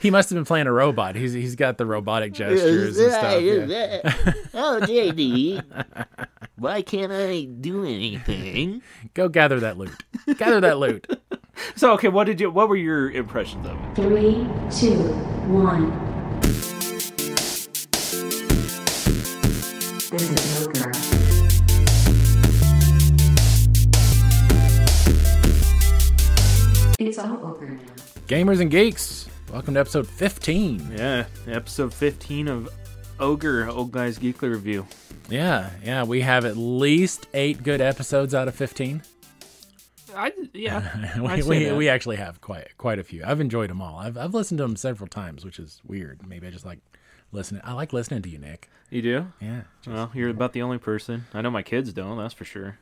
he must have been playing a robot. He's he's got the robotic gestures and stuff. yeah. Oh, JD, why can't I do anything? Go gather that loot. Gather that loot. So okay, what did you? What were your impressions of it? Three, two, one. This is Joker. It's all over now. Gamers and geeks, welcome to episode 15. Yeah, episode fifteen of Ogre Old Guys Geekly Review. Yeah, yeah, we have at least eight good episodes out of 15. I yeah, We, we, we actually have quite quite a few. I've enjoyed them all. I've, I've listened to them several times, which is weird. Maybe I just like listening. I like listening to you, Nick. you do. Yeah. Well, you're about the only person. I know my kids don't. That's for sure.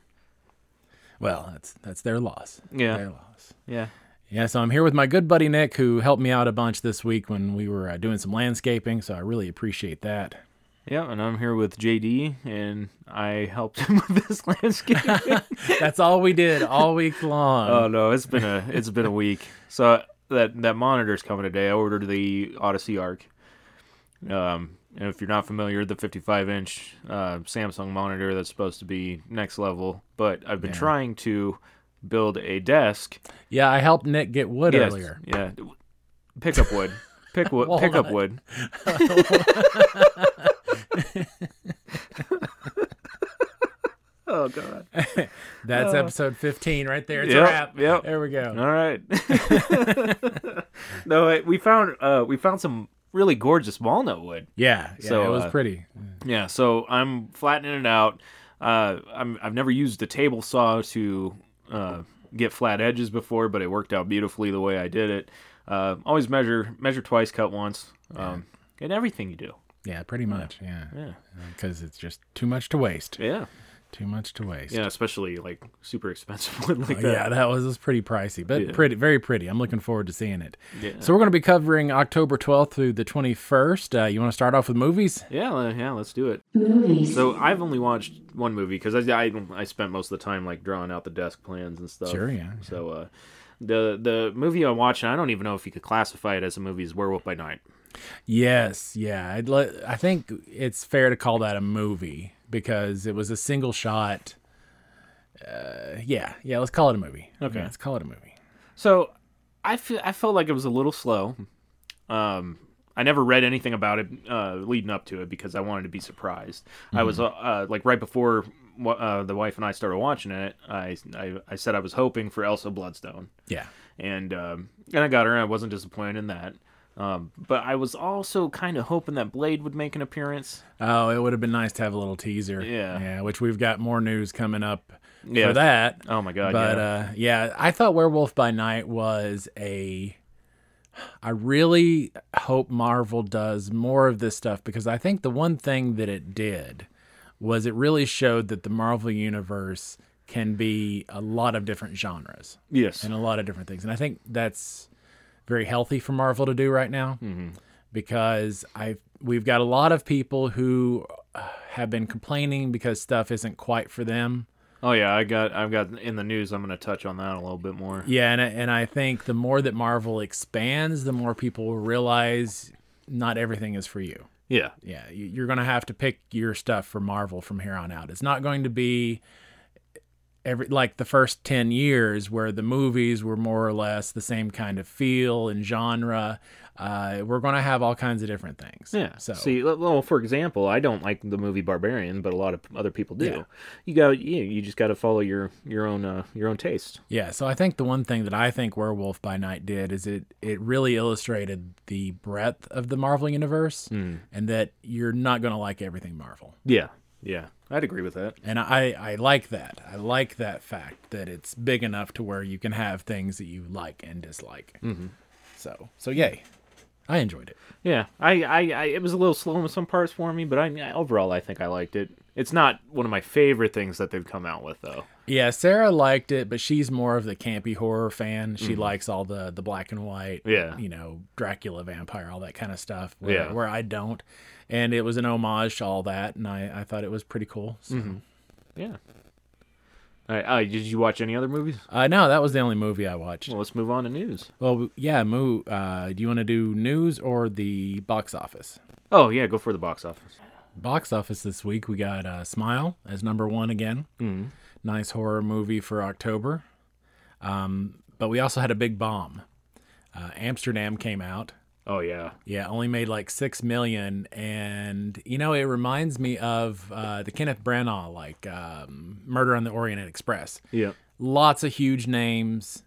Well, that's that's their loss. Yeah. Their loss. Yeah. Yeah, so I'm here with my good buddy Nick, who helped me out a bunch this week when we were uh, doing some landscaping. So I really appreciate that. Yeah, and I'm here with JD, and I helped him with this landscaping. That's all we did all week long. oh no, it's been a it's been a week. So that that monitor's coming today. I ordered the Odyssey Arc. Um, and if you're not familiar, the 55 inch uh, Samsung monitor that's supposed to be next level. But I've been trying to build a desk. yeah, I helped Nick get wood Yes, earlier. yeah, pick up wood. Pick wood. pick up Walnut. wood. oh god. That's episode 15 right there. It's a Yep, wrap. yep. Uh, There we go. All right. no, wait, we found uh, we found some really gorgeous walnut wood. Yeah, yeah, So, it was uh, pretty. Yeah, so I'm flattening it out. Uh, I'm I've never used a table saw to uh, get flat edges before, but it worked out beautifully the way I did it. Uh, always measure measure twice, cut once, um, in everything you do. Yeah, pretty much. Yeah. Yeah. Because it's just too much to waste. Yeah, Too much to waste. yeah, especially like super expensive wood like Oh, that. Yeah, that was, was pretty pricey, but Yeah. pretty, very pretty. I'm looking forward to seeing it. Yeah. So we're going to be covering October 12th through the 21st. Uh, you want to start off with movies? Yeah, uh, yeah, let's do it. Movies. So I've only watched one movie because I, I I spent most of the time like drawing out the desk plans and stuff. Sure, yeah. So uh, the the movie I watched, and I don't even know if you could classify it as a movie, is Werewolf by Night. Yes, yeah. I'd let, I think it's fair to call that a movie because it was a single shot. Uh, yeah, yeah. Let's call it a movie. Okay, let's call it a movie. So I feel I felt like it was a little slow. Um, I never read anything about it uh, leading up to it because I wanted to be surprised. I was uh, Mm-hmm. uh, like right before wa- uh, the wife and I started watching it. I, I I said I was hoping for Elsa Bloodstone. Yeah, and um, and I got her, and I wasn't disappointed in that. Um, but I was also kind of hoping that Blade would make an appearance. Oh, it would have been nice to have a little teaser. Yeah. Yeah, which we've got more news coming up Yeah. for that. Oh my god! but yeah. uh yeah, I thought Werewolf by Night was a I really hope Marvel does more of this stuff because I think the one thing that it did was it really showed that the Marvel universe can be a lot of different genres yes, and a lot of different things. And I think that's very healthy for Marvel to do right now because I we've got a lot of people who uh, have been complaining because stuff isn't quite for them. oh yeah, I got I've got in the news. I'm going to touch on that a little bit more. Yeah, and I, and I think the more that Marvel expands, the more people will realize not everything is for you. Yeah, Yeah, you- you're going to have to pick your stuff for Marvel from here on out. It's not going to be every like the first 10 years where the movies were more or less the same kind of feel and genre. Uh, we're going to have all kinds of different things. yeah. So see, l- well, for example, I don't like the movie Barbarian, but a lot of other people do. Yeah. You got you, you just got to follow your your own uh, your own taste. Yeah, so I think the one thing that I think Werewolf by Night did is it it really illustrated the breadth of the Marvel universe and that you're not going to like everything Marvel. Yeah, yeah, I'd agree with that. And I I like that. I like that fact that it's big enough to where you can have things that you like and dislike. Mm-hmm. So, so yay. I enjoyed it. Yeah, I, I, I, it was a little slow in some parts for me, but I, I overall I think I liked it. It's not one of my favorite things that they've come out with though. Yeah, Sarah liked it, but she's more of the campy horror fan. She likes all the the black and white, Mm-hmm. Yeah. you know, Dracula, vampire, all that kind of stuff. Where, Yeah. where I don't, and Mm-hmm. it was an homage to all that, and I I thought it was pretty cool. So. Yeah. All right, uh, did you watch any other movies? Uh, no, that was the only movie I watched. Well, let's move on to news. Well, yeah, Moo, uh, do you want to do news or the box office? Oh yeah, go for the box office. Box office this week, we got uh, Smile as number one again. Mm-hmm. Mm. Nice horror movie for October. Um, but we also had a big bomb. Uh, Amsterdam came out. Oh yeah, Yeah, only made like six million, and you know it reminds me of uh, the Kenneth Branagh like um, Murder on the Orient Express. yeah. Lots of huge names.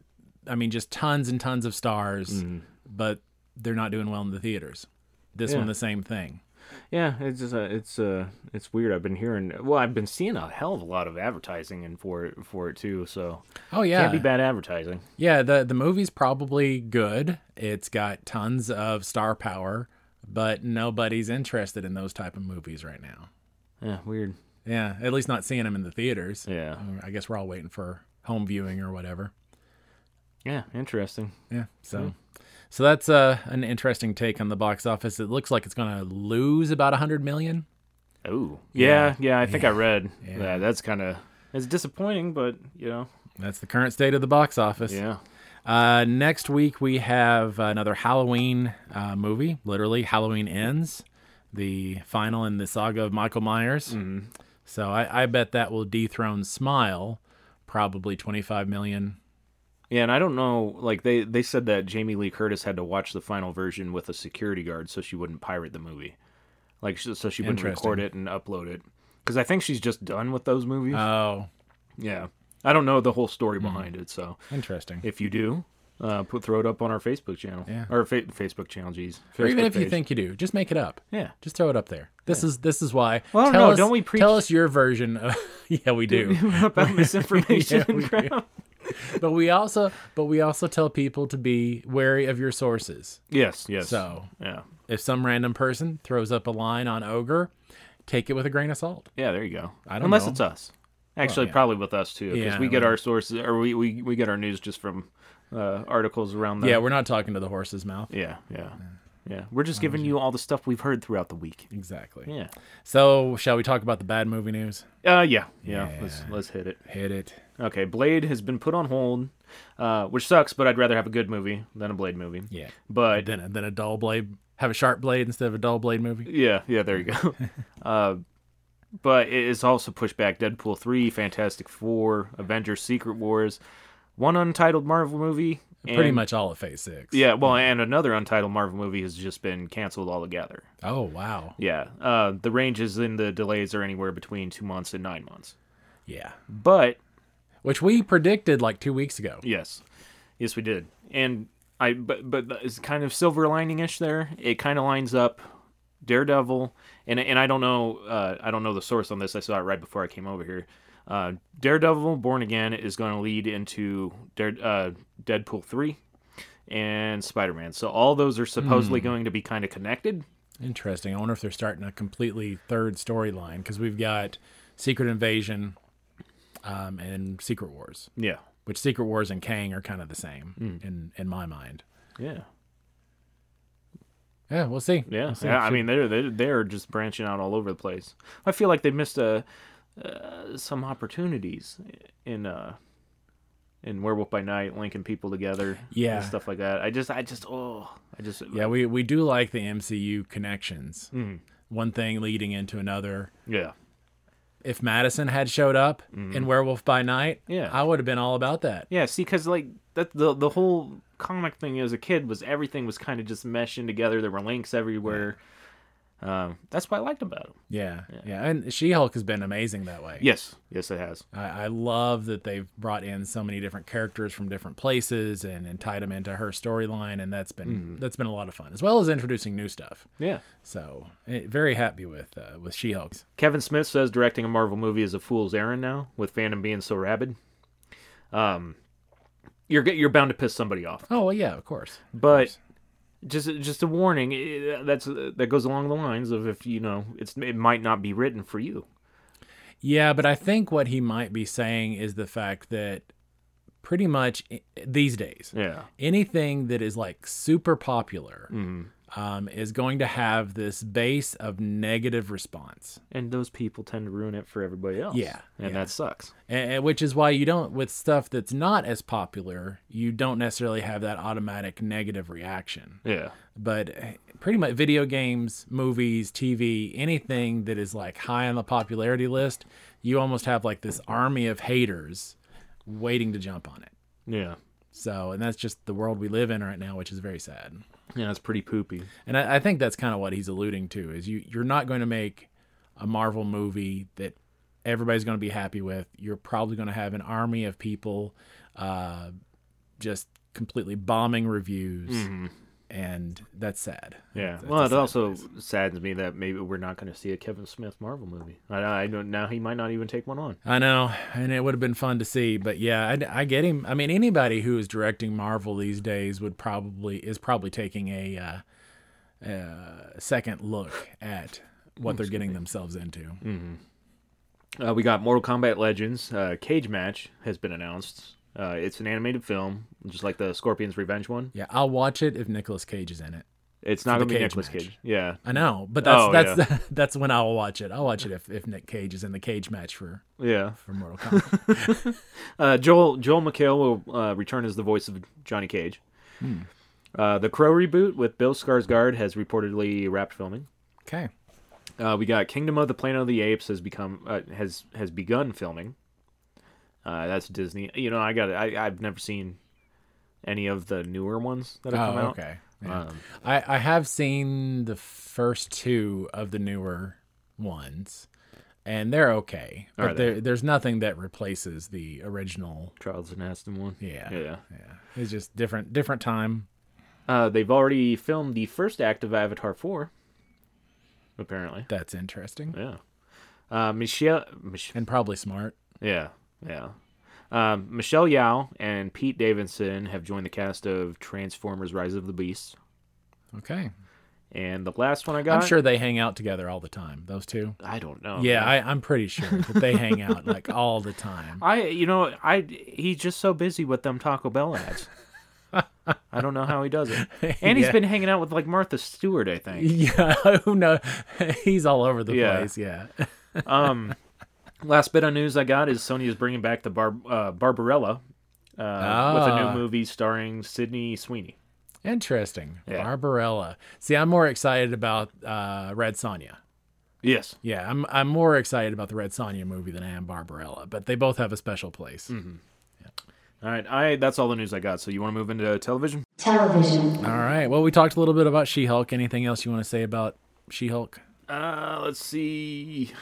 I mean, just tons and tons of stars, Mm-hmm. but they're not doing well in the theaters. This Yeah. one, the same thing. Yeah, it's just a, it's uh it's weird. I've been hearing well, I've been seeing a hell of a lot of advertising and for it for it too. So Oh yeah, can't be bad advertising. Yeah, the the movie's probably good. It's got tons of star power, but nobody's interested in those type of movies right now. Yeah, weird. Yeah, at least not seeing them in the theaters. Yeah, Uh, I guess we're all waiting for home viewing or whatever. yeah, interesting. Yeah. So, Hmm. so that's uh, an interesting take on the box office. It looks like it's going to lose about a hundred million. Oh yeah, yeah. I think I read. Yeah, that's kind of it's disappointing, but you know, That's the current state of the box office. yeah. Uh, next week we have another Halloween uh, movie. Literally, Halloween ends, the final in the saga of Michael Myers. So I, I bet that will dethrone Smile, probably twenty five million. Yeah, and I don't know. Like they they said that Jamie Lee Curtis had to watch the final version with a security guard so she wouldn't pirate the movie, like so so she wouldn't record it and upload it. Because I think she's just done with those movies. Oh, yeah, I don't know the whole story Mm-hmm. behind it. So interesting. if you do, uh, put throw it up on our Facebook channel. Yeah. Or fa- Facebook channel, geez. or even Facebook if you page. think you do, just make it up. yeah, Just throw it up there. This is this is why. Well, I don't tell know. Us, Don't we preach- Tell us your version. Of, yeah, we do. about misinformation. we do. crap. but we also but we also tell people to be wary of your sources. Yes, yes. So yeah, if some random person throws up a line on ogre, take it with a grain of salt. yeah. There you go. I don't Unless know. it's us. Actually, probably with us too, because Yeah, we get well- our sources or we, we, we get our news just from uh, articles around the Yeah, we're not talking to the horse's mouth. Yeah, yeah, yeah. We're just giving you all the stuff we've heard throughout the week. Exactly. Yeah. So shall we talk about the bad movie news? Uh, yeah, yeah. Let's let's hit it. Hit it. Okay, Blade has been put on hold, uh, which sucks. But I'd rather have a good movie than a Blade movie. Yeah. But Then a, then a dull blade. Have a sharp blade instead of a dull blade movie. yeah, yeah. There you go. uh, but it is also pushed back. Deadpool three, Fantastic Four, Avengers: Secret Wars, one untitled Marvel movie. Pretty and- much all of Phase Six. Yeah, well, and another untitled Marvel movie has just been canceled altogether. Oh wow. Yeah, uh, the ranges in the delays are anywhere between two months and nine months. Yeah. But Which we predicted like two weeks ago. yes, yes, we did. And I, but but it's kind of silver lining ish there. It kind of lines up Daredevil, and and I don't know, uh, I don't know the source on this. I saw it right before I came over here. Uh, Daredevil: Born Again is going to lead into Dare, uh, Deadpool three and Spider Man. So all those are supposedly going to be kind of connected. Interesting. I wonder if they're starting a completely third storyline because we've got Secret Invasion um, and Secret Wars, Yeah, which Secret Wars and Kang are kind of the same Hmm. in in my mind. yeah, Yeah, we'll see. yeah. We'll see. yeah I mean, they're they're they're just branching out all over the place. I feel like they missed uh uh, some opportunities in uh, in Werewolf by Night, linking people together, and Yeah. stuff like that. I just, I just, oh, I just, yeah, we we do like the MCU connections. Mm-hmm. One thing leading into another. yeah, If Madison had showed up in Werewolf by Night, Mm-hmm. Yeah. I would have been all about that. yeah. See, because like that, the the whole comic thing as a kid was everything was kind of just meshing together. There were links everywhere. Um, that's what I liked about him. Yeah, yeah, and She Hulk has been amazing that way. Yes, yes, it has. I, I love that they've brought in so many different characters from different places and, and tied them into her storyline, and that's been Mm-hmm. that's been a lot of fun, as well as introducing new stuff. Yeah. So eh, very happy with uh, with She Hulk. Kevin Smith says directing a Marvel movie is a fool's errand now, with fandom being so rabid. Um, you're you're bound to piss somebody off. Oh well, yeah, of course. But just just a warning. eh, That's that goes along the lines of if you know it's it might not be written for you. Yeah, but I think what he might be saying is the fact that pretty much i- these days, Yeah. anything that is like super popular um, is going to have this base of negative response. and those people tend to ruin it for everybody else. Yeah, and yeah. that sucks. and, and which is why you don't with stuff that's not as popular you don't necessarily have that automatic negative reaction Yeah, but eh, pretty much video games movies tv anything that is like high on the popularity list you almost have like this army of haters waiting to jump on it yeah, so and that's just the world we live in right now which is very sad yeah. It's pretty poopy. and I, I think that's kind of what he's alluding to is you you're not going to make a Marvel movie that everybody's going to be happy with. You're probably going to have an army of people uh, just completely bombing reviews, and that's sad. Yeah. That's well, a it sad also place. saddens me that maybe we're not going to see a Kevin Smith Marvel movie. I, I don't. Now he might not even take one on. I know, and it would have been fun to see, but yeah, I, I get him. I mean, anybody who is directing Marvel these days would probably is probably taking a uh, uh, second look at what they're getting themselves into. Uh, we got Mortal Kombat Legends uh, Cage Match has been announced. Uh, it's an animated film, just like the Scorpion's Revenge one. Yeah, I'll watch it if Nicolas Cage is in it. It's not the going to be cage Nicolas match. Cage. Yeah, I know, but that's Oh, that's that's when I'll watch it. I'll watch it if, if Nick Cage is in the cage match for yeah. for Mortal Kombat. Uh, Joel Joel McHale will uh, return as the voice of Johnny Cage. Hmm. Uh, the Crow reboot with Bill Skarsgård has reportedly wrapped filming. okay. Uh, we got Kingdom of the Planet of the Apes has become uh, has has begun filming. Uh, that's Disney. You know, I got I I've never seen any of the newer ones that have Oh, come out. okay. Yeah. Um, I I have seen the first two of the newer ones, and they're okay. But they? there- there's nothing that replaces the original. Charles and Aston one. Yeah. yeah. Yeah, it's just different different time. Uh, they've already filmed the first act of Avatar four. Apparently, That's interesting yeah. Uh, Michelle, Mich- and probably smart. Yeah, yeah. Um, Michelle Yao and Pete Davidson have joined the cast of Transformers: Rise of the Beasts. Okay, And the last one I got, I'm sure they hang out together all the time. Those two. I don't know. Yeah, I, I'm pretty sure that they hang out like all the time. I you know I he's just so busy with them Taco Bell ads. I don't know how he does it. And he's Yeah. been hanging out with like Martha Stewart, I think. Yeah, who knows? He's all over the Yeah. place. Yeah. Um, last bit of news I got is Sony is bringing back the Bar- uh, Barbarella uh, with a Ah. new movie starring Sydney Sweeney. Interesting. Yeah. Barbarella. See, I'm more excited about uh, Red Sonja. Yes. Yeah, I'm I'm more excited about the Red Sonja movie than I am Barbarella, but they both have a special place. Mm-hmm. All right. I that's all the news I got. So you want to move into television? Television. All right. Well, we talked a little bit about She-Hulk. Anything else you want to say about She-Hulk? Uh, let's see.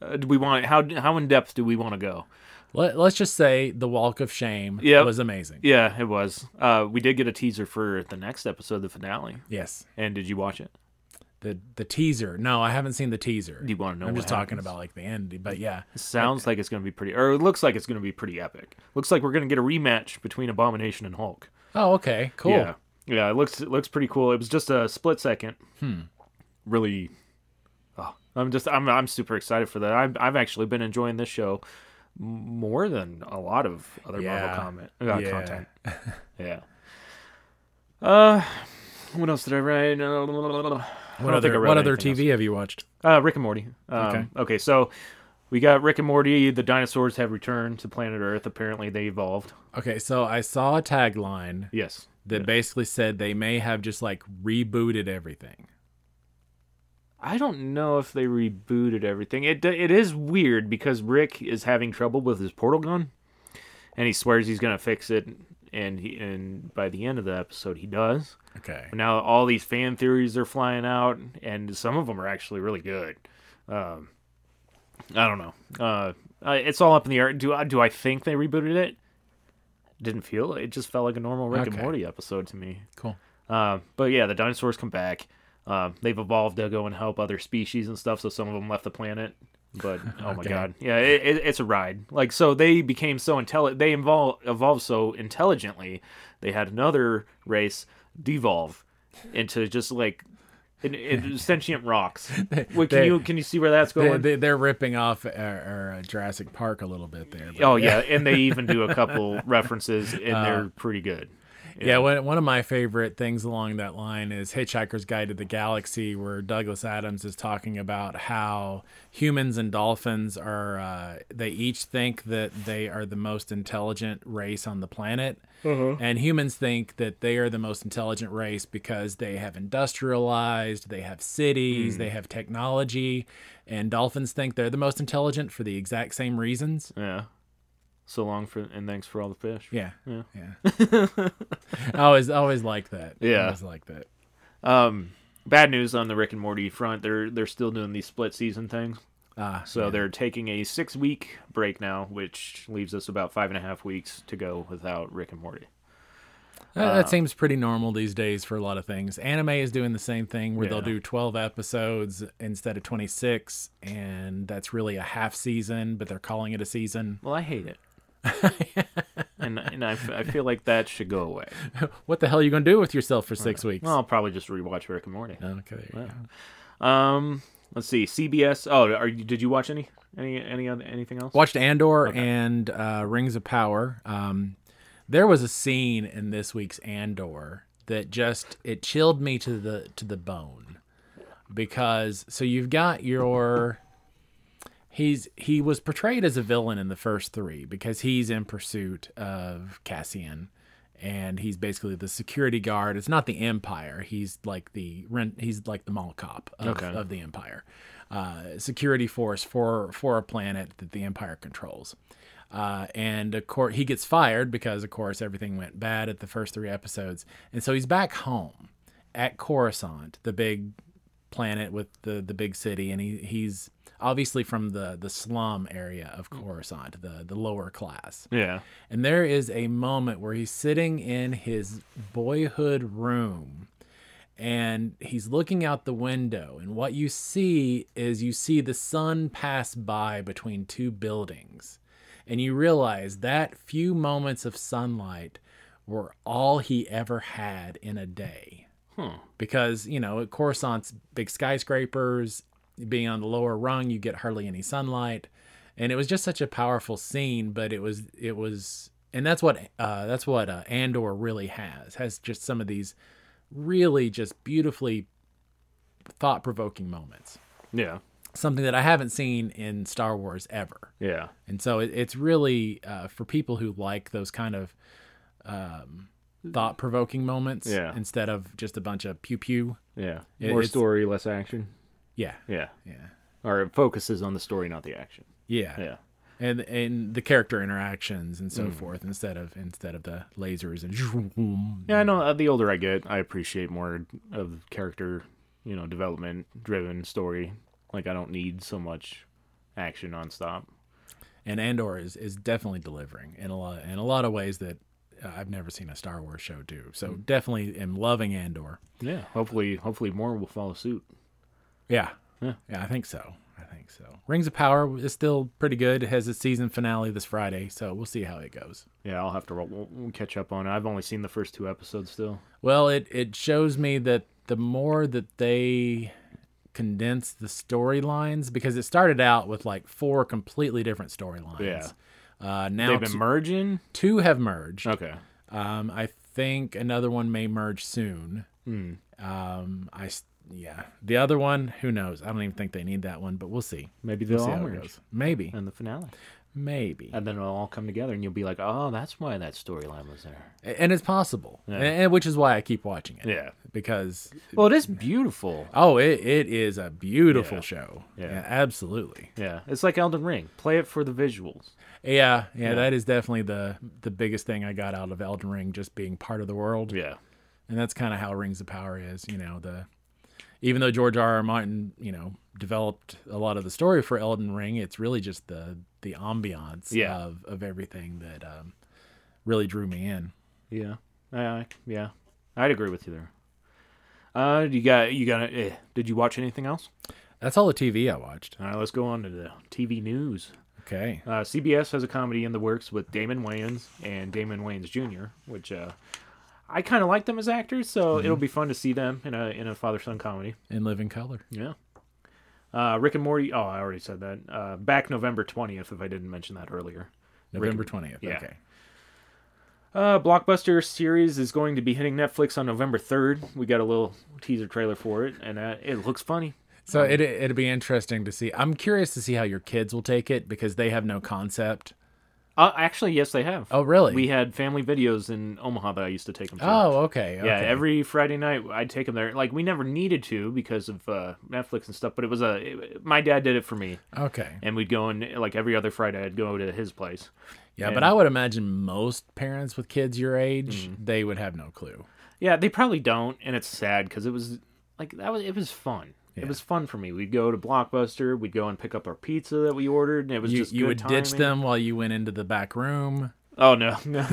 Uh, do we want how how in depth do we want to go? Let, let's just say the Walk of Shame Yep. was amazing. Yeah, it was. Uh, we did get a teaser for the next episode, the finale. Yes. And did you watch it? The the teaser. No, I haven't seen the teaser. Do you wanna know I'm what just talking happens? about like the end, but yeah. It sounds like it's going to be pretty, or it looks like it's going to be pretty epic. Looks like we're going to get a rematch between Abomination and Hulk. Oh, okay. Cool. Yeah, yeah. It looks it looks pretty cool. It was just a split second. Hmm. Really. Oh, I'm just I'm I'm super excited for that. I've I've actually been enjoying this show m- more than a lot of other Yeah. Marvel comment uh, Yeah. content. Yeah. Uh, what else did I write? Uh, What other what other TV have you watched? Uh, Rick and Morty. Um, okay. Okay. so we got Rick and Morty. The dinosaurs have returned to planet Earth. Apparently, they evolved. Okay, so I saw a tagline Yes. that basically said they may have just like rebooted everything. I don't know if they rebooted everything. It it is weird because Rick is having trouble with his portal gun, and he swears he's gonna fix it. And he and by the end of the episode, he does. Okay. Now all these fan theories are flying out, and some of them are actually really good. Um, I don't know. Uh, I- it's all up in the air. Do I do I think they rebooted it? Didn't feel it. Just felt like a normal Rick and Okay. Morty episode to me. Cool. Uh, but yeah, the dinosaurs come back. Uh, they've evolved to go and help other species and stuff. So some of them left the planet. But oh my Okay. god, yeah, it, it, it's a ride. Like so, they became so intelligent. They evolved evolved so intelligently. They had another race devolve into just like in, in sentient rocks. Wait, can they- you can you see where that's They, going? they, they're ripping off uh, uh, Jurassic Park a little bit there. but- Uh. oh yeah, and they even do a couple references, and they're pretty good. Yeah, one, one of my favorite things along that line is Hitchhiker's Guide to the Galaxy, where Douglas Adams is talking about how humans and dolphins are, uh, they each think that they are the most intelligent race on the planet. And humans think that they are the most intelligent race because they have industrialized, they have cities, they have technology. And dolphins think they're the most intelligent for the exact same reasons. Yeah. So long for and thanks for all the fish. Yeah. Yeah. I always I always like that. I Yeah. always like that. Um, bad news on the Rick and Morty front. They're they're still doing these split season things. Ah, So they're taking a six week break now, which leaves us about five and a half weeks to go without Rick and Morty. That, Uh, that seems pretty normal these days for a lot of things. Anime is doing the same thing where they'll Yeah. do 12 episodes instead of 26, and that's really a half season, but they're calling it a season. Well, I hate it. and and I, f- I feel like that should go away. What the hell are you going to do with yourself for six weeks? Well, I'll probably just rewatch Rick and Morty. okay. there you go. Um, let's see. CBS. Oh, are you, did you watch any any any other, anything else? Watched Andor and uh, Rings of Power. Um, there was a scene in this week's Andor that just it chilled me to the to the bone because so you've got your he's he was portrayed as a villain in the first three because he's in pursuit of Cassian and he's basically the security guard it's not the empire he's like the rent he's like the mall cop of, Okay. of the empire uh, security force for for a planet that the empire controls uh, and of course he gets fired because of course everything went bad at the first three episodes and so he's back home at Coruscant, the big planet with the the big city, and he he's obviously from the the slum area of Coruscant, the the lower class. Yeah. And there is a moment where he's sitting in his boyhood room and he's looking out the window. And what you see is you see the sun pass by between two buildings. And you realize that few moments of sunlight were all he ever had in a day. Because, you know, at Coruscant's big skyscrapers, being on the lower rung, you get hardly any sunlight and it was just such a powerful scene but it was it was and that's what uh that's what uh, andor really has has just some of these really just beautifully thought-provoking moments Yeah. something that i haven't seen in star wars ever Yeah. and so it, it's really uh, for people who like those kind of um, thought-provoking moments Yeah. instead of just a bunch of pew pew Yeah. It- More it's- story, less action. yeah Yeah. yeah Or it focuses on the story, not the action. yeah Yeah. and and the character interactions and so forth instead of instead of the lasers and zoom. Yeah, I know. uh, The older I get, I appreciate more of character, you know, development driven story. Like I don't need so much action nonstop. and Andor is is definitely delivering in a lot in a lot of ways that uh, I've never seen a Star Wars show do. So definitely am loving Andor. Yeah. Hopefully, hopefully more will follow suit. Yeah. yeah, I think so. I think so. Rings of Power is still pretty good. It has its season finale this Friday, so we'll see how it goes. Yeah, I'll have to roll, we'll- we'll catch up on it. I've only seen the first two episodes still. Well, it it shows me that the more that they condense the storylines, because it started out with like four completely different storylines. Yeah. Uh, now They've t- been merging. two have merged. Okay. Um, I think another one may merge soon. Hmm. Um, I s- yeah, the other one, who knows? I don't even think they need that one, but we'll see. Maybe We'll they'll see all how it merge goes. Maybe, in the finale, maybe, and then it'll all come together, and you'll be like, "Oh, that's why that storyline was there." A- and it's possible, and, and which is why I keep watching it. Yeah. because Well, it is beautiful. oh, it it is a beautiful Yeah. show. Yeah. absolutely. Yeah, it's like Elden Ring. Play it for the visuals. Yeah, yeah, that is definitely the the biggest thing I got out of Elden Ring, just being part of the world. Yeah. and that's kind of how Rings of Power is. You know, the even though George R. R. Martin, you know, developed a lot of the story for Elden Ring, it's really just the the ambiance Yeah. of of everything that um, really drew me in. Yeah. I, I- yeah. I'd agree with you there. Uh, you got you got. Eh. Did you watch anything else? That's all the TV I watched. All right, let's go on to the TV news. Okay, Uh, CBS has a comedy in the works with Damon Wayans and Damon Wayans Jr., which uh, I kind of like them as actors, so it'll be fun to see them in a in a father son comedy. in Living Color. Yeah. Uh, Rick and Morty. Oh, I already said that. Uh, back November twentieth, if I didn't mention that earlier. November twentieth. yeah. Okay. Uh, Blockbuster series is going to be hitting Netflix on November 3rd. We got a little teaser trailer for it, and uh, it looks funny. So it it'd be interesting to see. I'm curious to see how your kids will take it because they have no concept. Uh, actually, yes, they have. Oh, really? We had family videos in Omaha that I used to take them to. Oh, okay. Yeah, okay. every Friday night I'd take them there. Like we never needed to because of uh, Netflix and stuff, but it was a it- my dad did it for me, okay. and we'd go and like every other Friday I'd go to his place. Yeah, but I would imagine most parents with kids your age, Mm-hmm. they would have no clue. Yeah, they probably don't, and it's sad because it was like that was it was fun. It was fun for me. We'd go to Blockbuster. We'd go and pick up our pizza that we ordered, and it was You, just you good would ditch timing. them while you went into the back room. Oh no, no.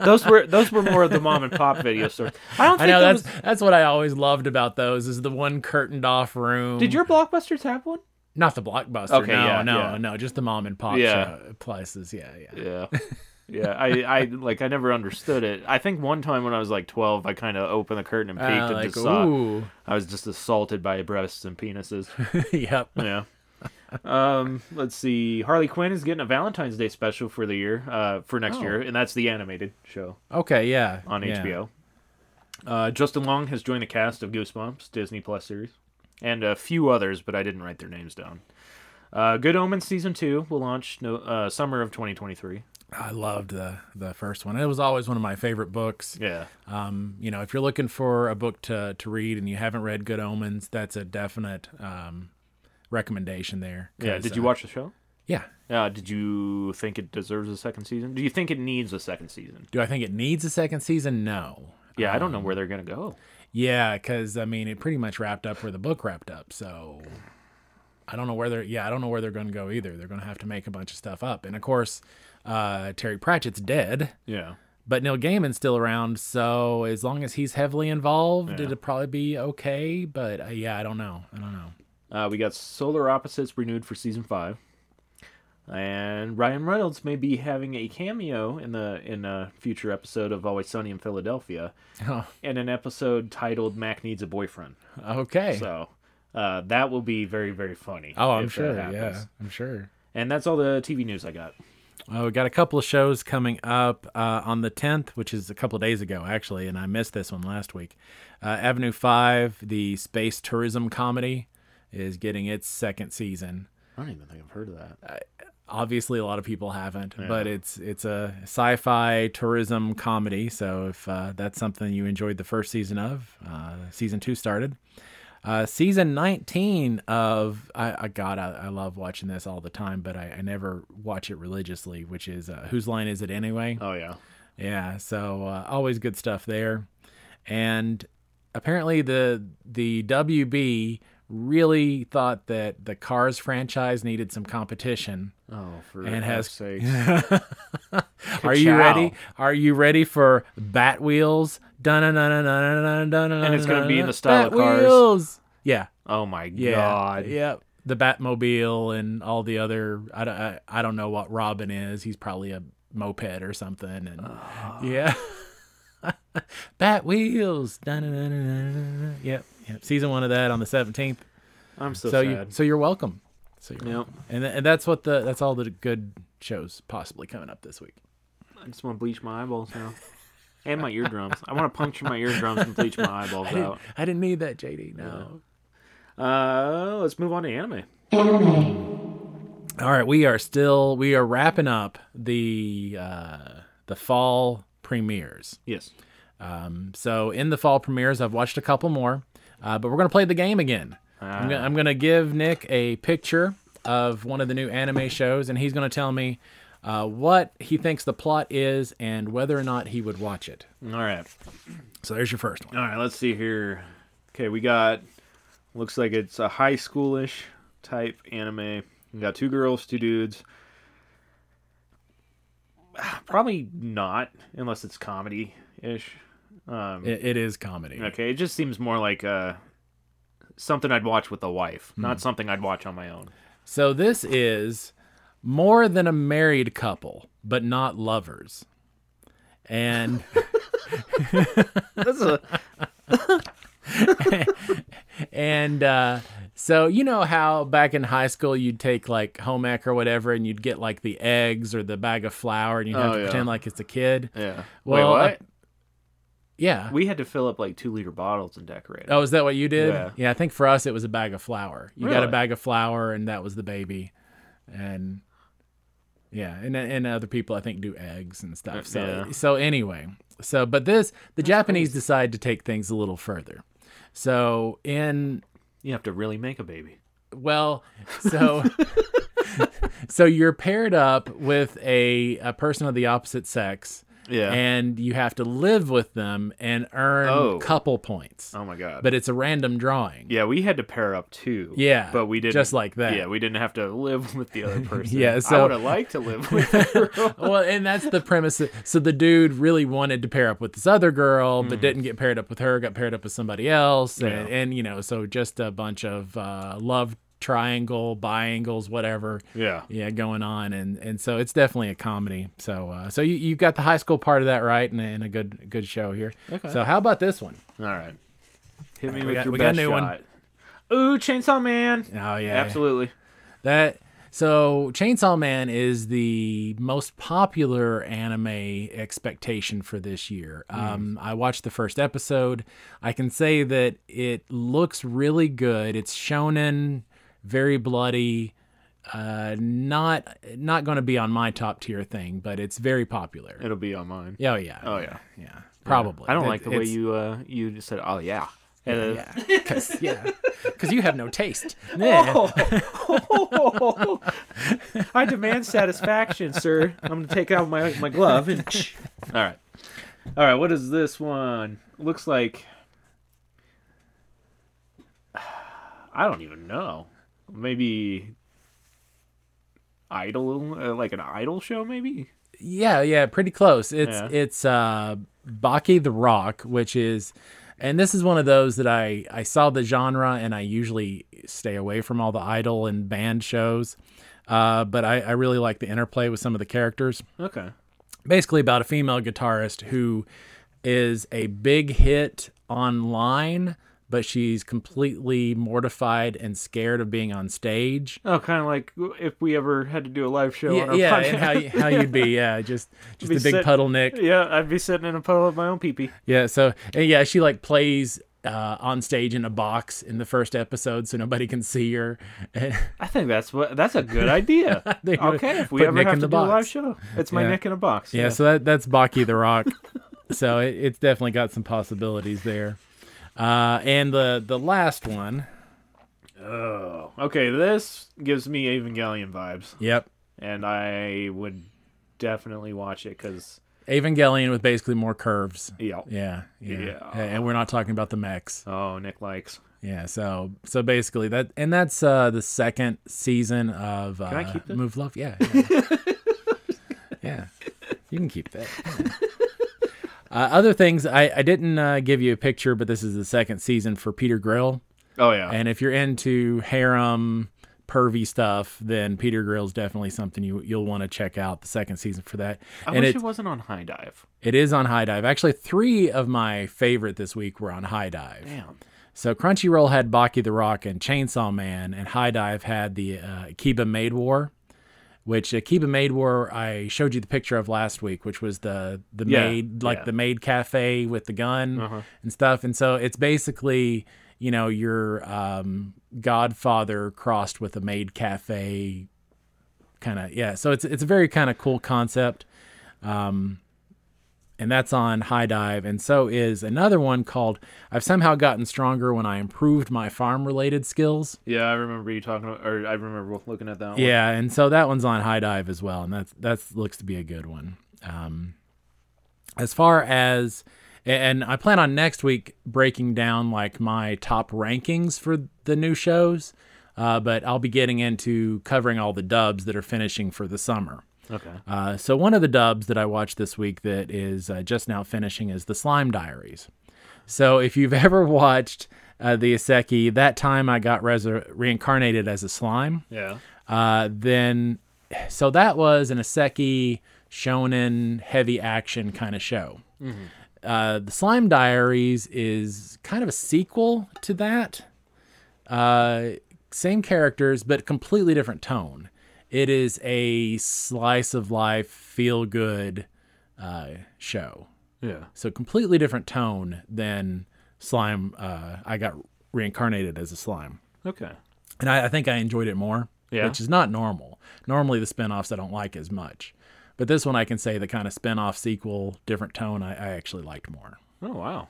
those were those were more of the mom and pop video stores. I don't. I Think know there that's was- that's what I always loved about those is the one curtained off room. Did your Blockbusters have one? not the blockbuster? Okay, no, yeah, no, yeah. no, just the mom and pop Yeah. shop places. Yeah, yeah. Yeah. Yeah, I, I like I never understood it. I think one time when I was like twelve, I kind of opened the curtain and peeked Uh, and like just saw ooh, I was just assaulted by breasts and penises. yep. yeah. Um, let's see. Harley Quinn is getting a Valentine's Day special for the year, uh, for next year, and that's the animated show Okay, yeah. on yeah. HBO. Uh, Justin Long has joined the cast of Goosebumps Disney Plus series, and a few others, but I didn't write their names down. Uh, Good Omens season two will launch no, uh, summer of 2023. I loved the the first one. It was always one of my favorite books. Yeah. Um, you know, if you're looking for a book to to read and you haven't read Good Omens, that's a definite um, recommendation there. Yeah. 'Cause, Did you uh, watch the show? Yeah. Uh, did you think it deserves a second season? Do you think it needs a second season? Do I think it needs a second season? No. Yeah, I don't know where they're gonna go. Yeah, because I mean, it pretty much wrapped up where the book wrapped up. So I don't know where they're. Yeah, I don't know where they're going to go either. They're going to have to make a bunch of stuff up, and of course, uh, Terry Pratchett's dead, Yeah, but Neil Gaiman's still around. So as long as he's heavily involved, Yeah. it'll probably be okay. But uh, yeah, I don't know. I don't know. uh, we got Solar Opposites renewed for season five, and Ryan Reynolds may be having a cameo in the in a future episode of Always Sunny in Philadelphia, Oh, in an episode titled "Mac Needs a Boyfriend." okay. So. Uh, that will be very very funny. oh, I'm if that sure. happens. Yeah, I'm sure. and that's all the TV news I got. Uh, we got a couple of shows coming up uh, on the 10th, which is a couple of days ago, actually, and I missed this one last week. Uh, Avenue 5, the space tourism comedy, is getting its second season. I don't even think I've heard of that. Obviously, a lot of people haven't, but it's it's a sci-fi tourism comedy. So if uh, that's something you enjoyed the first season of, uh, season two started. Uh, season 19 of I, I God, I, I love watching this all the time, but I, I never watch it religiously. Which is uh, whose line is it anyway? Oh yeah, Yeah, so uh, always good stuff there. And apparently the the WB really thought that the Cars franchise needed some competition. Oh, for And has- F's sake. Are you Ka-chow. ready? Are you ready for Bat Wheels? Dun dun dun dun dun dun dun dun. And it's gonna be in the style of Cars. Wheels. Yeah, Oh my yeah, god. yeah. The Batmobile and all the other. I don't. I, I don't know what Robin is. He's probably a moped or something. And yeah, Bat Wheels. Dun, dun, dun, dun, dun, dun, dun. Yep, yep. Season one of that on the seventeenth. I'm so, So you. sad. So you're welcome. So you're Yep. welcome. And th- and that's what the. That's all the good shows possibly coming up this week. I just want to bleach my eyeballs now. And my eardrums. I want to puncture my eardrums and bleach my eyeballs I didn't, out. I didn't need that, JD. No. Uh, let's move on to anime. Anime. All right, we are still. We are wrapping up the uh, the fall premieres. Yes. So in the fall premieres, I've watched a couple more, uh, but we're gonna play the game again. Ah. I'm, gonna, I'm gonna give Nick a picture of one of the new anime shows, and he's gonna tell me uh, what he thinks the plot is and whether or not he would watch it. All right. So there's your first one. All right. Let's see here. Okay, we got. Looks like it's a high schoolish type anime. We got two girls, two dudes. Ah, Probably not, unless it's comedy ish. Um, It, it is comedy. Okay, it just seems more like uh, something I'd watch with a wife, Hmm. not something I'd watch on my own. So this is more than a married couple, but not lovers. And That's a and uh, So you know how back in high school you'd take like home ec or whatever, and you'd get like the eggs or the bag of flour, and you would have Oh, to yeah. pretend like it's a kid. Yeah. Well, Wait, what? uh, Yeah. we had to fill up like two liter bottles and decorate. it. oh, is that what you did? Yeah. I think for us it was a bag of flour. You got a Really? bag of flour, and that was the baby, and yeah, and and other people I think do eggs and stuff. So Yeah. so anyway, so but this the Japanese decide to take things a little further. So in You have to really make a baby. Well, so so you're paired up with a a person of the opposite sex, Yeah. and you have to live with them and earn Oh. couple points. oh my god. But it's a random drawing. yeah, we had to pair up too. Yeah, But we didn't just like that. Yeah, we didn't have to live with the other person. Yeah, I so- would have liked to live with her. Well, and that's the premise. So the dude really wanted to pair up with this other girl, but didn't get paired up with her. Got paired up with somebody else, and, Mm. Yeah. and you know, so just a bunch of uh, love triangle, biangles, whatever. yeah. yeah going on and and so it's definitely a comedy so uh so you you got the high school part of that right and, and a good good show here okay so how about this one All right. Hit me we with got- your we got a best new one. shot. Ooh, Chainsaw Man. oh yeah Absolutely. that so chainsaw man is the most popular anime expectation for this year Hmm. um i watched the first episode i can say that it looks really good it's shonen very bloody uh not not going to be on my top tier thing but it's very popular It'll be on mine. Oh yeah. Oh yeah. yeah. Probably. I don't It- like the way it's- you uh you just said oh yeah. Uh, Yeah. Cause, yeah. 'Cause you have no taste. Yeah. I demand satisfaction, sir. I'm gonna take out my my glove and. All right, all right. What is this one? Looks like. I don't even know. Maybe. Idol, uh, like an idol show, maybe. Yeah, yeah, pretty close. It's Yeah. it's uh Baki the Rock, which is and this is one of those that I I saw the genre and I usually stay away from all the idol and band shows. Uh, but I, I really like the interplay with some of the characters. Okay. basically about a female guitarist who is a big hit online, but she's completely mortified and scared of being on stage. Oh, kind of like if we ever had to do a live show on Yeah, our yeah, podcast. and how you, how you'd be, yeah, just just Be a big set- puddle Nick. yeah, I'd be sitting in a puddle of my own pee-pee. Yeah, so and yeah, she like plays uh, on stage in a box in the first episode, so nobody can see her. I think that's what that's a good idea. They would okay, if we put ever Nick have in to the do a live box. show, it's my Yeah. Nick in a box. Yeah, so that that's Baki the Rock. so it, it's definitely got some possibilities there. Uh, and the the last one, Oh, okay. This gives me Evangelion vibes, yep, and I would definitely watch it because Evangelion with basically more curves. yeah. Yeah, yeah, Yeah. A- And we're not talking about the mechs. Oh, Nick likes. Yeah, so so basically that, and that's uh the second season of uh, I keep this? Move Love. Yeah, yeah. Yeah. you can keep that. Yeah. Uh, other things, I I didn't uh, give you a picture, but this is the second season for Peter Grill. Oh yeah. And if you're into harem, pervy stuff, then Peter Grill's definitely something you you'll want to check out the second season for that. I and wish it's- it wasn't on High Dive. it is on High Dive. Actually, three of my favorite this week were on High Dive. Damn. So Crunchyroll had Baki the Rock and Chainsaw Man, and High Dive had the uh, Akiba Maid War, which Akiba Maid War I showed you the picture of last week, which was the the Yeah, maid like yeah. Uh-huh. the maid cafe with the gun and stuff. And so it's basically you know your um, Godfather crossed with a maid cafe kind of yeah. So it's it's a very kind of cool concept. Um, and that's on High Dive, and so is another one called I've somehow gotten stronger when I improved my farm related skills. Yeah, I remember you talking, about, or I remember looking at that one. Yeah, and so that one's on High Dive as well, and that's that's looks to be a good one. Um, as far as and I plan on next week breaking down like my top rankings for the new shows, uh, but I'll be getting into covering all the dubs that are finishing for the summer. Okay. Uh, so one of the dubs that I watched this week that is uh, just now finishing is the Slime Diaries. So if you've ever watched uh, the Iseki, that time I got resur- reincarnated as a slime. Yeah. Uh, then, so that was an Oseki shonen heavy action kind of show. Uh, the Slime Diaries is kind of a sequel to that. Uh, same characters, but completely different tone. It is a slice of life, feel good uh, show. Yeah. So completely different tone than Slime. Uh, I got reincarnated as a slime, Okay. and I, I think I enjoyed it more. Yeah. which is not normal. Normally the spin-offs I don't like as much, but this one I can say the kind of spin-off sequel, different tone, I, I actually liked more. Oh wow.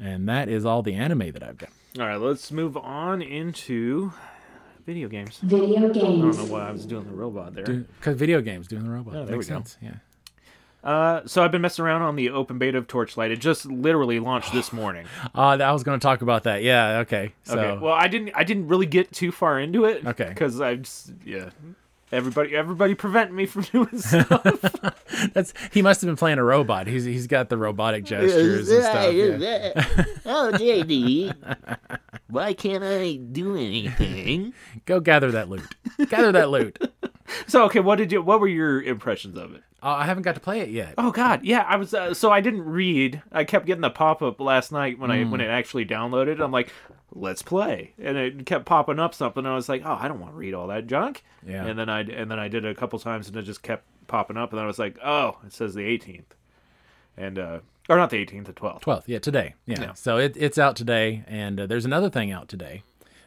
And that is all the anime that I've done. All right, let's move on into video games. Video I don't games. know why I was doing the robot there. Because video games doing the robot. there Makes we go. sense. Yeah. Uh, so I've been messing around on the open beta of Torchlight. It just literally launched this morning. Uh, I was going to talk about that. Yeah. Okay. So, Okay. Well, I didn't. I didn't really get too far into it. Okay. Because I just yeah. Everybody, everybody, prevent me from doing stuff. that's he must have been playing a robot. He's he's got the robotic gestures and stuff. yeah. Oh, JD, why can't I do anything? Go gather that loot. gather that loot. Uh, so okay, what did you? What were your impressions of it? I haven't got to play it yet. Oh God, yeah. I was uh, so I didn't read. I kept getting the pop up last night when I when it actually downloaded. I'm like, let's play, and it kept popping up something. And I was like, oh, I don't want to read all that junk. Yeah. And then I and then I did it a couple times, and it just kept popping up. And then I was like, oh, it says the 18th, and uh, or not the 18th, the 12th. 12th. Yeah, today. Yeah. Yeah. So it, it's out today, and uh, there's another thing out today.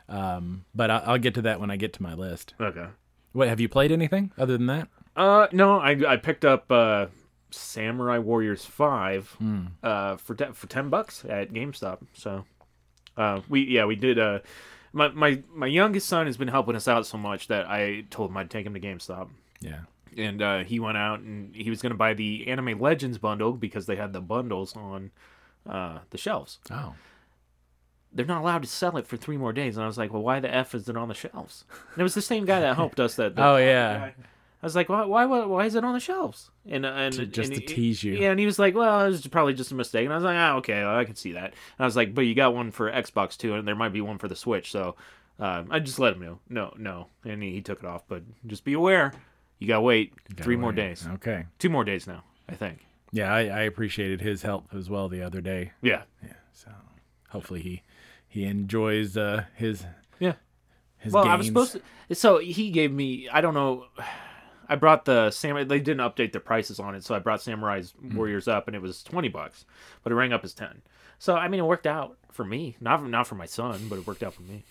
Um, but I, I'll get to that when I get to my list. Okay. What have you played anything other than that? Uh, no, I I picked up uh, Samurai Warriors Five uh for te- for ten bucks at GameStop. So, uh, we yeah we did uh. My, my my youngest son has been helping us out so much that I told him I'd take him to GameStop, Yeah. and uh, he went out and he was going to buy the Anime Legends bundle because they had the bundles on uh, the shelves. Oh. They're not allowed to sell it for three more days, and I was like, "Well, why the f is it on the shelves?" And it was the same guy that helped us that. that Oh yeah. I was like, why, why, why, why is it on the shelves? And uh, and To- just and to he- tease you. Yeah, and he was like, well, it was probably just a mistake. And I was like, ah, okay, I can see that. And I was like, but you got one for Xbox too, and there might be one for the Switch. So um, I just let him know, no, no, and he, he took it off. But just be aware, you got to wait three more days, Okay. two more days now, I think. Yeah, I, I appreciated his help as well the other day. Yeah, So hopefully he he enjoys uh, his yeah. his well, games. I was supposed to. So he gave me. I don't know. I brought the samurai. They didn't update the prices on it, so I brought Samurai's Warriors up, and it was twenty bucks, but it rang up as ten. So I mean, it worked out for me. Not not for my son, but it worked out for me.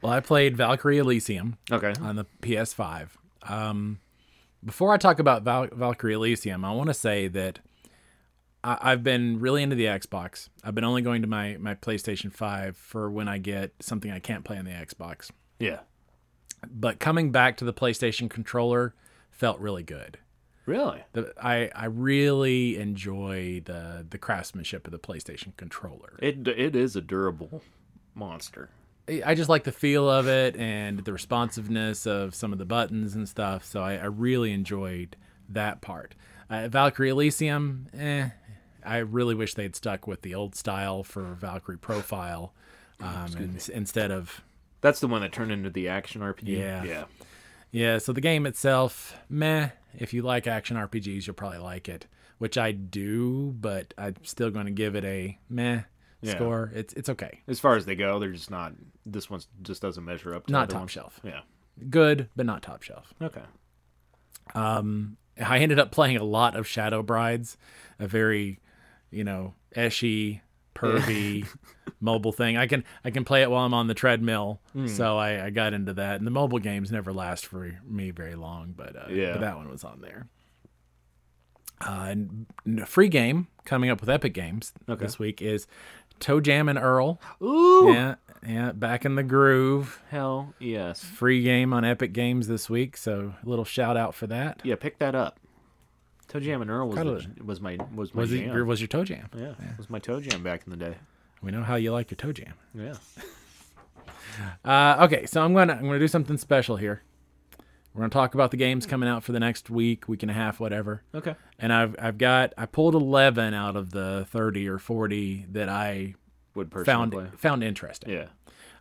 Well, I played Valkyrie Elysium Okay. on the PS5. Um, before I talk about Val- Valkyrie Elysium, I want to say that I- I've been really into the Xbox. I've been only going to my my PlayStation 5 for when I get something I can't play on the Xbox. Yeah. But coming back to the PlayStation controller felt really good. Really? The, I I really enjoy the the craftsmanship of the PlayStation controller. It it is a durable monster. I just like the feel of it and the responsiveness of some of the buttons and stuff. So I, I really enjoyed that part. Uh, Valkyrie Elysium, eh, I really wish they'd stuck with the old style for Valkyrie Profile um, and, instead of That's the one that turned into the action RPG. Yeah. Yeah. yeah. So the game itself, meh. If you like action RPGs, you'll probably like it, which I do, but I'm still going to give it a meh Yeah. score. It's it's okay, As far as they go, they're just not. This one just doesn't measure up. to Not the other top ones. shelf. Yeah. good, but not top shelf. Okay. I ended up playing a lot of Shadow Brides, a very, you know, eshy, pervy, mobile thing. I can I can play it while I'm on the treadmill, Hmm. so I, I got into that. And the mobile games never last for me very long, but uh, Yeah. but that one was on there. Uh, and a free game coming up with Epic Games this week is Toe Jam and Earl. Ooh. Yeah, yeah, back in the groove. Hell yes. Free game on Epic Games this week, so a little shout out for that. Yeah, pick that up. Toe Jam and Earl was Kinda- the, was my was my Was it jam. your, was your toe jam? yeah, was my toe jam back in the day. We know how you like your toe jam. Yeah. Uh, okay, so I'm gonna I'm gonna do something special here. We're gonna talk about the games coming out for the next week, week and a half, whatever. Okay. And I've I've got I pulled 11 out of the 30 or 40 that I Would personally found play. found interesting. Yeah.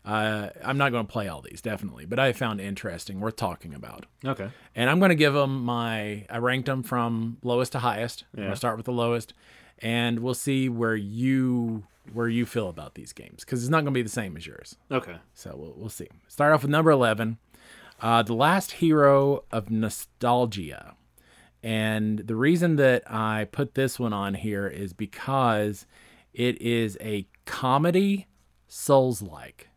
Uh, I'm not gonna play all these definitely, but I found interesting, worth talking about. Okay. And I'm gonna give them my I ranked them from lowest to highest. I'm Yeah. gonna start with the lowest, and we'll see where you where you feel about these games because it's not going to be the same as yours. Okay. So we'll, we'll see. Start off with number 11, uh, The Last Hero of Nostalgia. And the reason that I put this one on here is because it is a comedy Souls like.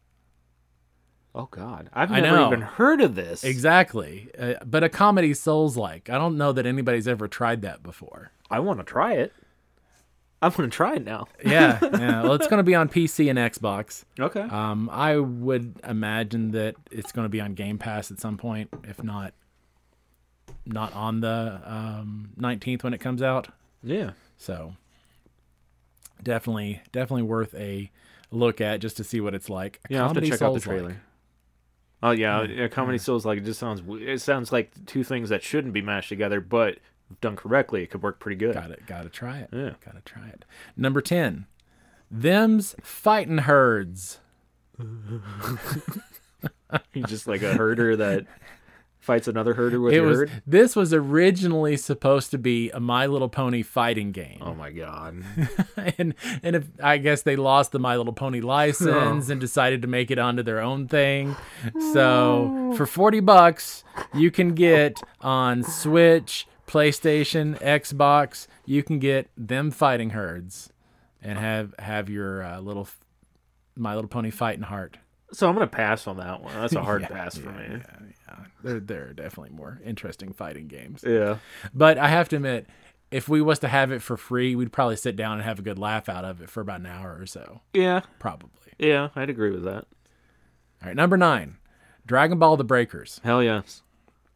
Oh God, I've I never know. even heard of this. Exactly. Uh, but a comedy Souls like. I don't know that anybody's ever tried that before. I want to try it. I'm gonna try it now. Yeah. yeah. Well, it's going to be on PC and Xbox. Okay. Um, I would imagine that it's going to be on Game Pass at some point, if not not on the um, 19th when it comes out. yeah. So definitely, definitely worth a look at just to see what it's like. A Yeah. I'll have to comedy check out the Souls-like. trailer. Oh yeah, yeah, comedy souls like it just sounds. w- It sounds like two things that shouldn't be mashed together, but if done correctly, it could work pretty good. Got it. Got to try it. Yeah. Got to try it. Number ten, them's fighting herds. He's just like a herder that fights another herder with It a was herd. this was originally supposed to be a My Little Pony fighting game. Oh my god. and and if I guess they lost the My Little Pony license and decided to make it onto their own thing. So for forty bucks, you can get on Switch, PlayStation, Xbox. You can get them fighting herds, and have have your uh, little f- My Little Pony fighting heart. So I'm gonna pass on that one. That's a hard pass for me. There there are definitely more interesting fighting games, Yeah. but I have to admit. If we was to have it for free, we'd probably sit down and have a good laugh out of it for about an hour or so, Yeah. probably. Yeah. I'd agree with that. All right, number nine, Dragon Ball The Breakers. Hell yes.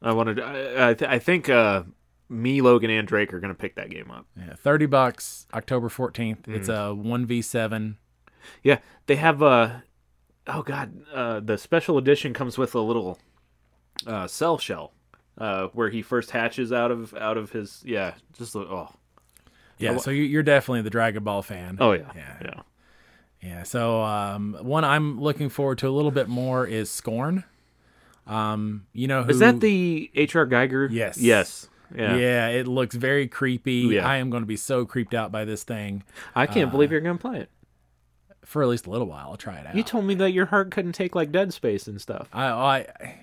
I wanted. I I, th- I think uh, me, Logan, and Drake are gonna pick that game up. Yeah, Thirty bucks, October fourteenth. It's Mm. a one v seven. Yeah. They have uh Oh god. Uh, the special edition comes with a little uh, cell shell. Uh, where he first hatches out of out of his yeah just the- oh Yeah, so you- you're definitely the Dragon Ball fan. oh yeah Yeah. yeah yeah. So um, one I'm looking forward to a little bit more is Scorn. Um, you know who is that the H.R. Geiger Yes. yes Yeah. yeah, it looks very creepy. Yeah. I am going to be so creeped out by this thing I can't believe you're gonna play it for at least a little while. I'll try it out. You told me that your heart couldn't take like dead space and stuff. I, I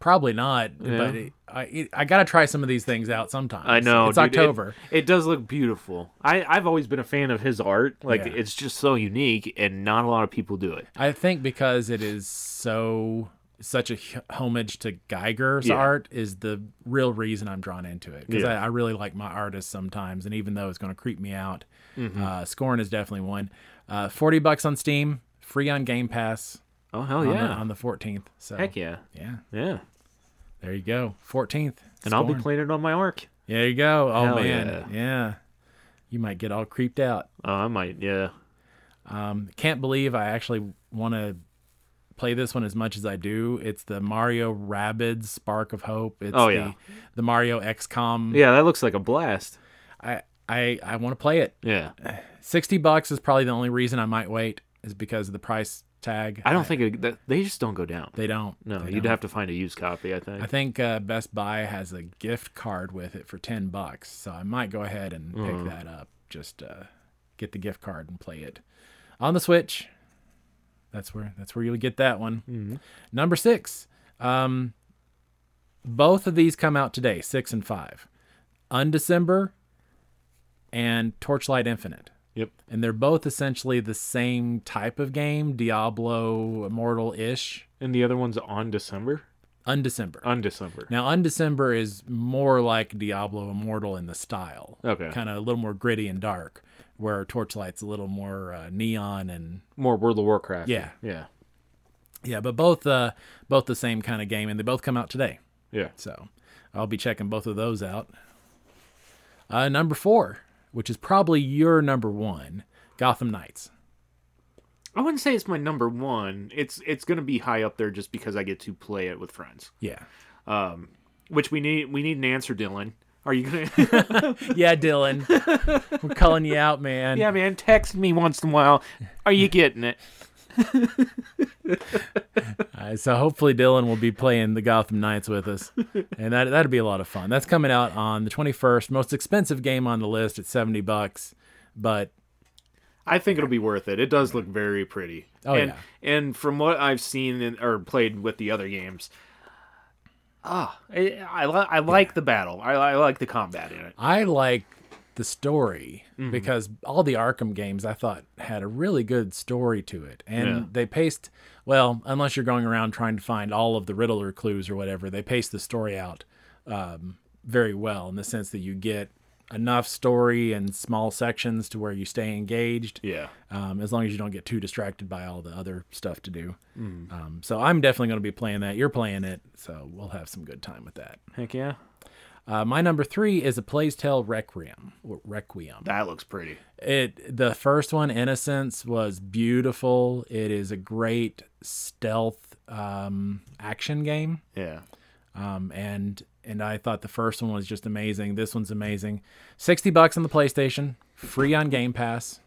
probably not, but it, I it, I got to try some of these things out sometime. It's dude. It- October. It, does look beautiful. I I've always been a fan of his art. Like Yeah. it's just so unique, and not a lot of people do it. I think because it is so such a h- homage to Geiger's Yeah. art is the real reason I'm drawn into it because Yeah. I, I really like my artists sometimes, and even though it's going to creep me out, Mm-hmm. uh, Scorn is definitely one. Uh, Forty bucks on Steam, free on Game Pass. Oh hell on the- yeah! on the fourteenth. So Heck yeah, yeah, yeah. And there you go, fourteenth. I'll be playing it on my arc. There you go. Oh Hell man, yeah. You might get all creeped out. Oh, I might. Yeah. Um, can't believe I actually want to play this one as much as I do. It's the Mario Rabbids Spark of Hope. It's Oh, the, yeah. the Mario XCOM. Yeah, that looks like a blast. I I, I want to play it. Yeah. Sixty bucks is probably the only reason I might wait is because of the price tag. I don't think it, that, they just don't go down. they don't. No, They you'd don't. have to find a used copy. I think. I think uh, Best Buy has a gift card with it for ten bucks, so I might go ahead and pick that up. Just uh, get the gift card and play it on the Switch. That's where that's where you'll get that one. Number six. Um, both of these come out today, six and five, Undecember and Torchlight Infinite, Yep. and they're both essentially the same type of game, Diablo Immortal ish. And the other one's on December. Undecember. On December. Now, Undecember is more like Diablo Immortal in the style. Okay. Kind of a little more gritty and dark, where Torchlight's a little more uh, neon and More World of Warcraft. Yeah. Yeah. yeah, but both uh, both the same kind of game, and they both come out today. Yeah. So I'll be checking both of those out. Uh, number four, which is probably your number one, Gotham Knights. I wouldn't say it's my number one. It's it's gonna be high up there just because I get to play it with friends. Yeah, Which we need we need an answer, Dylan. Are you gonna yeah, Dylan, we're calling you out, man. Yeah man, text me once in a while. Are you getting it? Uh, so hopefully Dylan will be playing the Gotham Knights with us, and that that'd be a lot of fun. That's coming out on the 21st. Most expensive game on the list at 70 bucks. But I think it'll be worth it. It does look very pretty. Oh, and, yeah. And from what I've seen in, or played with the other games, ah, I, I, li- I like the battle. I, I like the combat in it. I like the story because all the Arkham games I thought had a really good story to it. And Yeah. they paced, well, unless you're going around trying to find all of the Riddler clues or whatever, they paced the story out um, very well in the sense that you get enough story in small sections to where you stay engaged. Yeah. Um, as long as you don't get too distracted by all the other stuff to do. Um, so I'm definitely going to be playing that. You're playing it, so we'll have some good time with that. Heck yeah. Uh, my number three is a Plays Tale Requiem. Or Requiem. That looks pretty. It the first one, Innocence, was beautiful. It is a great stealth um, action game, Yeah. um, and and I thought the first one was just amazing. This one's amazing. Sixty bucks on the PlayStation, free on Game Pass.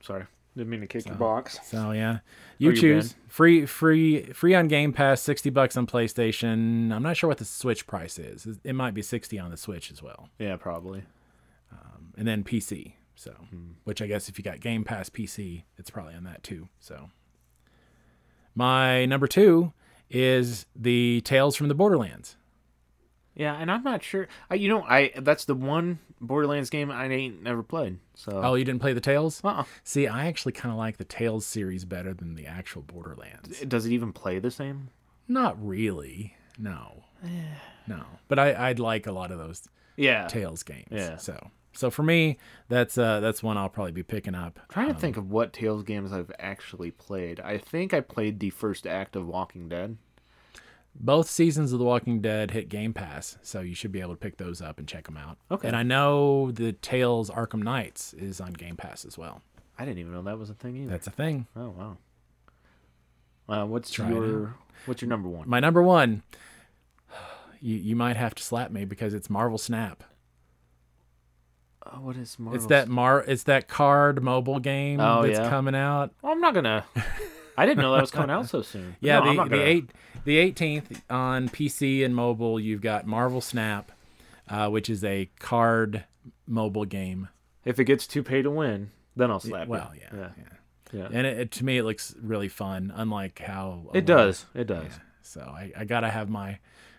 Sorry. Didn't mean to kick your box. So yeah, you Oh, you choose free, free, free on Game Pass, sixty bucks on PlayStation. I'm not sure what the Switch price is. It might be sixty on the Switch as well. Yeah, probably. and then PC. So, Hmm. which I guess if you got Game Pass PC, it's probably on that too. So, my number two is the Tales from the Borderlands. Yeah, and I'm not sure. I, you know, I that's the one Borderlands game I ain't never played. So Oh, you didn't play the Tales? Uh-uh. See, I actually kind of like the Tales series better than the actual Borderlands. does it even play the same? Not really. No. no. But I, I'd like a lot of those Yeah. Tales games. Yeah. So, so for me, that's uh, that's one I'll probably be picking up. trying to think of what Tales games I've actually played. I think I played the first act of Walking Dead. both seasons of The Walking Dead hit Game Pass, so you should be able to pick those up and check them out. Okay. And I know the Tales Arkham Knights is on Game Pass as well. I didn't even know that was a thing either. That's a thing. Oh wow. Uh, what's Try it your what's your number one? My number one. You, you might have to slap me because it's Marvel Snap. Oh, what is Marvel? It's that Mar it's that card mobile game Oh, that's yeah. coming out. Well, I'm not gonna. I didn't know that was coming out so soon. Yeah, No, I'm the, not the gonna- eight the eighteenth on PC and mobile, you've got Marvel Snap, uh, which is a card mobile game. If it gets too pay to win, then I'll slap. Well, it. yeah. yeah. yeah. yeah. and it, it- to me it looks really fun unlike how a lot- It does. It does. so I, I gotta have my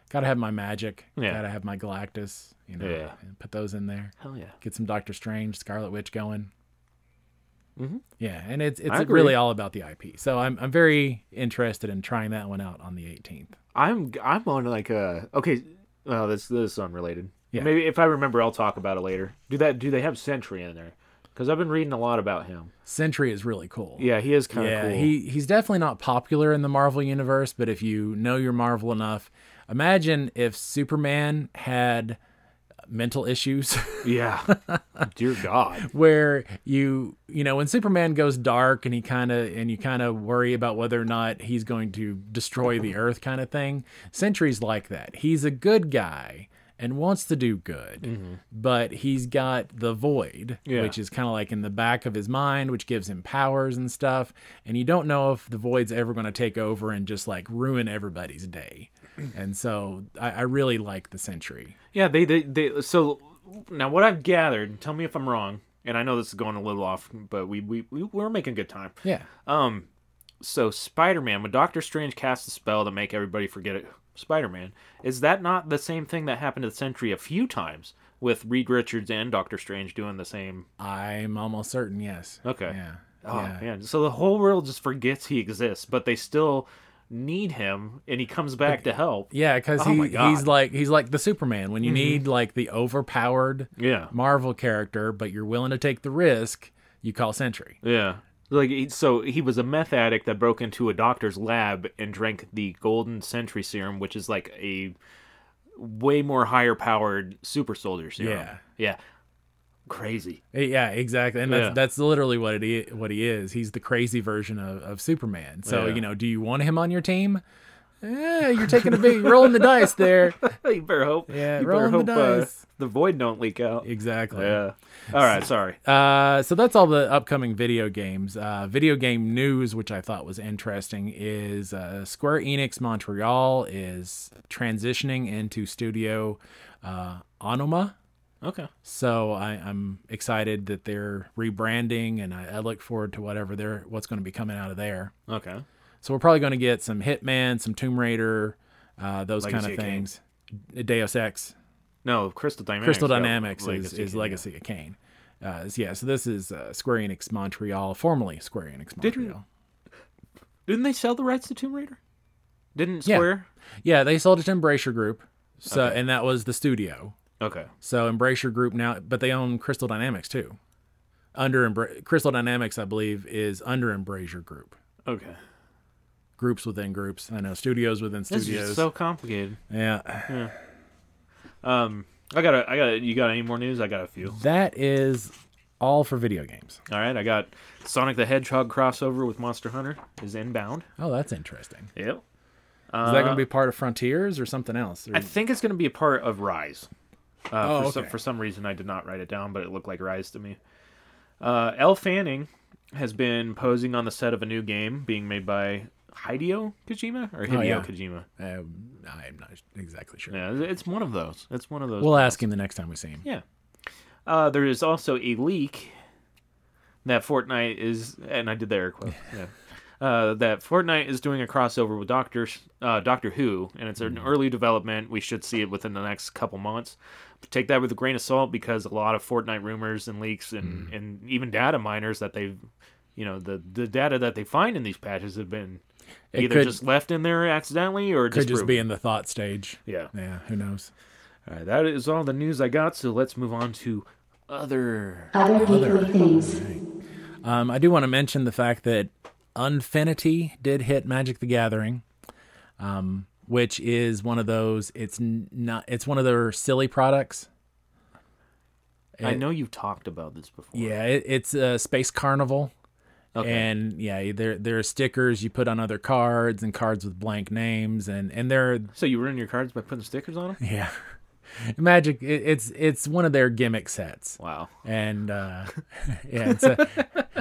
gotta have my magic Yeah. gotta have my galactus you know Yeah. and put those in there Hell yeah. get some doctor strange scarlet witch going mm-hmm. yeah and it's Mm-hmm. I it's agree. really all about the ip so i'm, I'm very interested in trying that one out on the 18th I'm I'm on like a okay. Well, this this is unrelated. Yeah. Maybe if I remember, I'll talk about it later. Do that? Do they have Sentry in there? Because I've been reading a lot about him. sentry is really cool Yeah, he is kind of yeah, cool. he he's definitely not popular in the Marvel universe, but if you know your Marvel enough, imagine if Superman had mental issues Yeah. Dear God. where you you know when Superman goes dark and he kind of and you kind of worry about whether or not he's going to destroy the earth kind of thing. Sentry's like that. He's a good guy and wants to do good, but he's got the void, Mm-hmm. Yeah. which is kind of like in the back of his mind, which gives him powers and stuff. And you don't know if the void's ever going to take over and just like ruin everybody's day. And so I, I really like the Sentry. Yeah. They, they they so now what I've gathered. Tell me if I'm wrong. And I know this is going a little off, but we we we- we're making good time. Yeah. Um, so Spider Man, when Doctor Strange casts a spell to make everybody forget it, Spider Man, is that not the same thing that happened to the Sentry a few times with Reed Richards and Doctor Strange doing the same? I'm almost certain, yes. Okay. Yeah. Oh yeah. man, so the whole world just forgets he exists, but they still need him, and he comes back to help. Yeah, because Oh my he, God. Mm-hmm. he's like he's like the Superman. When you need like the overpowered Yeah. Marvel character, but you're willing to take the risk, you call Sentry. Yeah. Like he- so he was a meth addict that broke into a doctor's lab and drank the golden sentry serum, which is like a way more higher powered super soldier serum. Yeah. Yeah. Crazy. Eh, Yeah, exactly, and that's Yeah. that's literally what it i- what he is. He's the crazy version of, of Superman. So Yeah. you know, do you want him on your team? Eh, you're taking a big rolling the dice there. you better hope Yeah, you better rolling hope the uh, dice. the void don't leak out. Exactly. Yeah. All right, sorry. Uh, so that's all the upcoming video games. Uh, video game news, which I thought was interesting, is uh, Square Enix Montreal is transitioning into Studio uh, Onoma, Okay. So I, I'm excited that they're rebranding, and I, I look forward to whatever they're what's going to be coming out of there. Okay. So we're probably going to get some Hitman, some Tomb Raider, uh, those kind Legacy of of Kain. things. Deus Ex, No, Crystal Dynamics. Crystal got Dynamics is, Legacy is King, yeah. Legacy of Kane. Uh, so yeah, so this is uh, Square Enix Montreal, formerly Square Enix Didn't- Montreal. Didn't they sell the rights to Tomb Raider? Didn't Yeah. Square? Yeah, they sold it to Embracer Group, so Okay. and that was the studio. Okay. So Embracer Group now, but they own Crystal Dynamics too. Under Embra- Crystal Dynamics, I believe, is under Embracer Group. Okay. Groups within groups. I know studios within This is studios. just so complicated. yeah, Um, I got a, I got a, you got any more news? I got a few. that is all for video games. All right, I got Sonic the Hedgehog crossover with Monster Hunter is inbound. Oh, that's interesting. Yep. Is that going to be part of Frontiers or something else? Or- Uh, I think it's going to be a part of Rise. Uh, Oh, for, some, okay. for some reason, I did not write it down, but it looked like Rise to me. Uh, Elle Fanning has been posing on the set of a new game being made by Hideo Kojima or Hideo Oh, yeah. Kojima. Um, I'm not exactly sure. Yeah, it's one of those. It's one of those. We'll ask him the next time we see him. Yeah. Uh, there is also a leak that Fortnite is, and I did the air quote. yeah. Uh, that Fortnite is doing a crossover with Doctor uh, Doctor Who, and it's Mm. an early development. We should see it within the next couple months. Take that with a grain of salt because a lot of Fortnite rumors and leaks, Mm. and, and even data miners that they've, you know, the the data that they find in these patches have been It either could- just left in there accidentally or Could just, just proven. be in the thought stage. Yeah. Yeah, who knows? All right, that is all the news I got. So let's move on to other Other geekly things. Um, I do want to mention the fact that Unfinity did hit Magic the Gathering, um, which is one of those. It's n- not. It's one of their silly products. I It- know you've talked about this before. Yeah, it, it's a space carnival, Okay. and yeah, there there are stickers you put on other cards and cards with blank names, and and they're so you ruin your cards by putting stickers on them? yeah, Magic. It, it's it's one of their gimmick sets. Wow. and uh, yeah, it's a,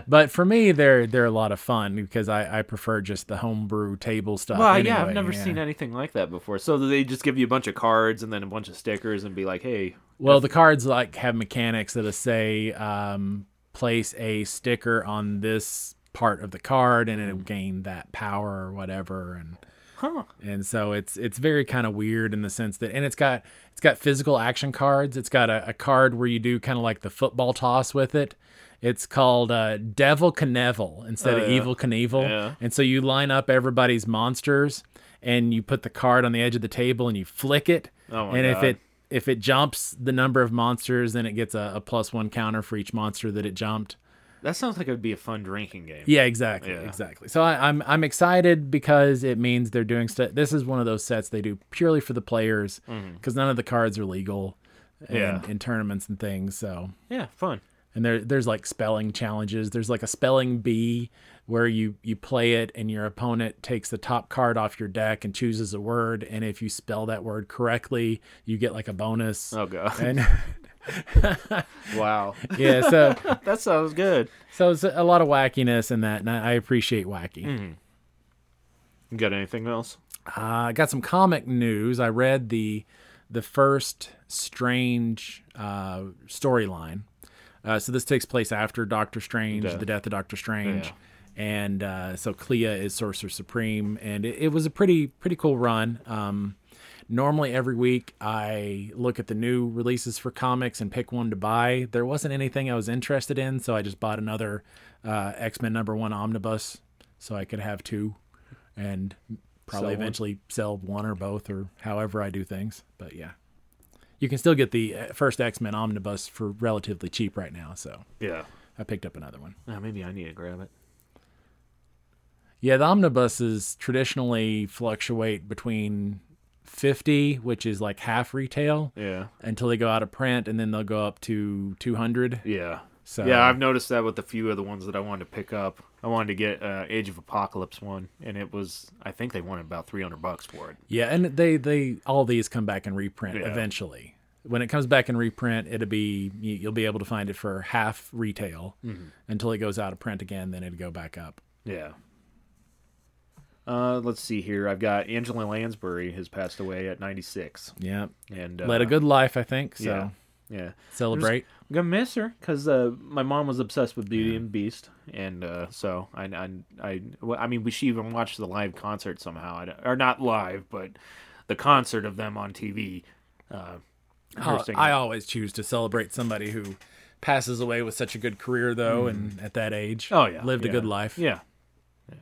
but for me, they're they're a lot of fun because I, I prefer just the homebrew table stuff. Well, yeah, Uh, anyway, I've never yeah. seen anything like that before. So they just give you a bunch of cards and then a bunch of stickers and be like, "Hey, Well, the cards like have mechanics that'll say um, place a sticker on this part of the card, and Mm. it'll gain that power or whatever, and huh? and so it's it's very kind of weird in the sense that and it's got it's got physical action cards it's got a, a card where you do kind of like the football toss with it it's called uh, devil knievel instead of Oh, yeah. evil knievel Yeah. and so you line up everybody's monsters and you put the card on the edge of the table and you flick it Oh my and if God. it if it jumps the number of monsters then it gets a, a plus one counter for each monster that it jumped That sounds like it would be a fun drinking game." yeah, exactly, Yeah. exactly. So I, I'm I'm excited because it means they're doing stuff. This is one of those sets they do purely for the players because none of the cards are legal, and, Mm-hmm. Yeah. in tournaments and things. So Yeah, fun. and there there's like spelling challenges. There's like a spelling bee where you you play it and your opponent takes the top card off your deck and chooses a word, and if you spell that word correctly, you get like a bonus. Oh god. And wow. yeah, so that sounds good. so it's a lot of wackiness in that, and I I appreciate wacky. Mm. You got anything else? Uh, I got some comic news. I read the the first Strange uh, storyline. Uh, so this takes place after Doctor Strange, Yeah. the death of Doctor Strange, Yeah. and uh, so Clea is Sorcerer Supreme, and it, it was a pretty pretty cool run. Um, normally every week I look at the new releases for comics and pick one to buy. There wasn't anything I was interested in, so I just bought another uh, X Men number one omnibus so I could have two and probably Sell one. eventually sell one or both or however I do things. But yeah, you can still get the uh, first X Men omnibus for relatively cheap right now. So Yeah. I picked up another one. Uh, maybe I need to grab it. Yeah, the omnibuses traditionally fluctuate between 50, which is like half retail, Yeah. until they go out of print, and then they'll go up to 200. Yeah. So- yeah, I've noticed that with a few of the ones that I wanted to pick up. I wanted to get uh, Age of Apocalypse one, and it was I think they wanted about three hundred bucks for it. Yeah, and they they all these come back and reprint Yeah. eventually. When it comes back and reprint, it'll be you- you'll be able to find it for half retail Mm-hmm. until it goes out of print again. Then it'd go back up. Yeah. Uh, let's see here. I've got Angela Lansbury has passed away at 96, Yeah, and uh, led a good life, I think. So yeah. Yeah. Celebrate. I'm gonna miss her because uh, my mom was obsessed with Beauty and Beast, and uh, so I, I, I, well, I mean, we she even watched the live concert somehow, I don't- or not live, but the concert of them on TV. Uh, her Uh, singing. I always choose to celebrate somebody who passes away with such a good career, though, and at that age, oh yeah, lived yeah, a good life. Yeah, yeah.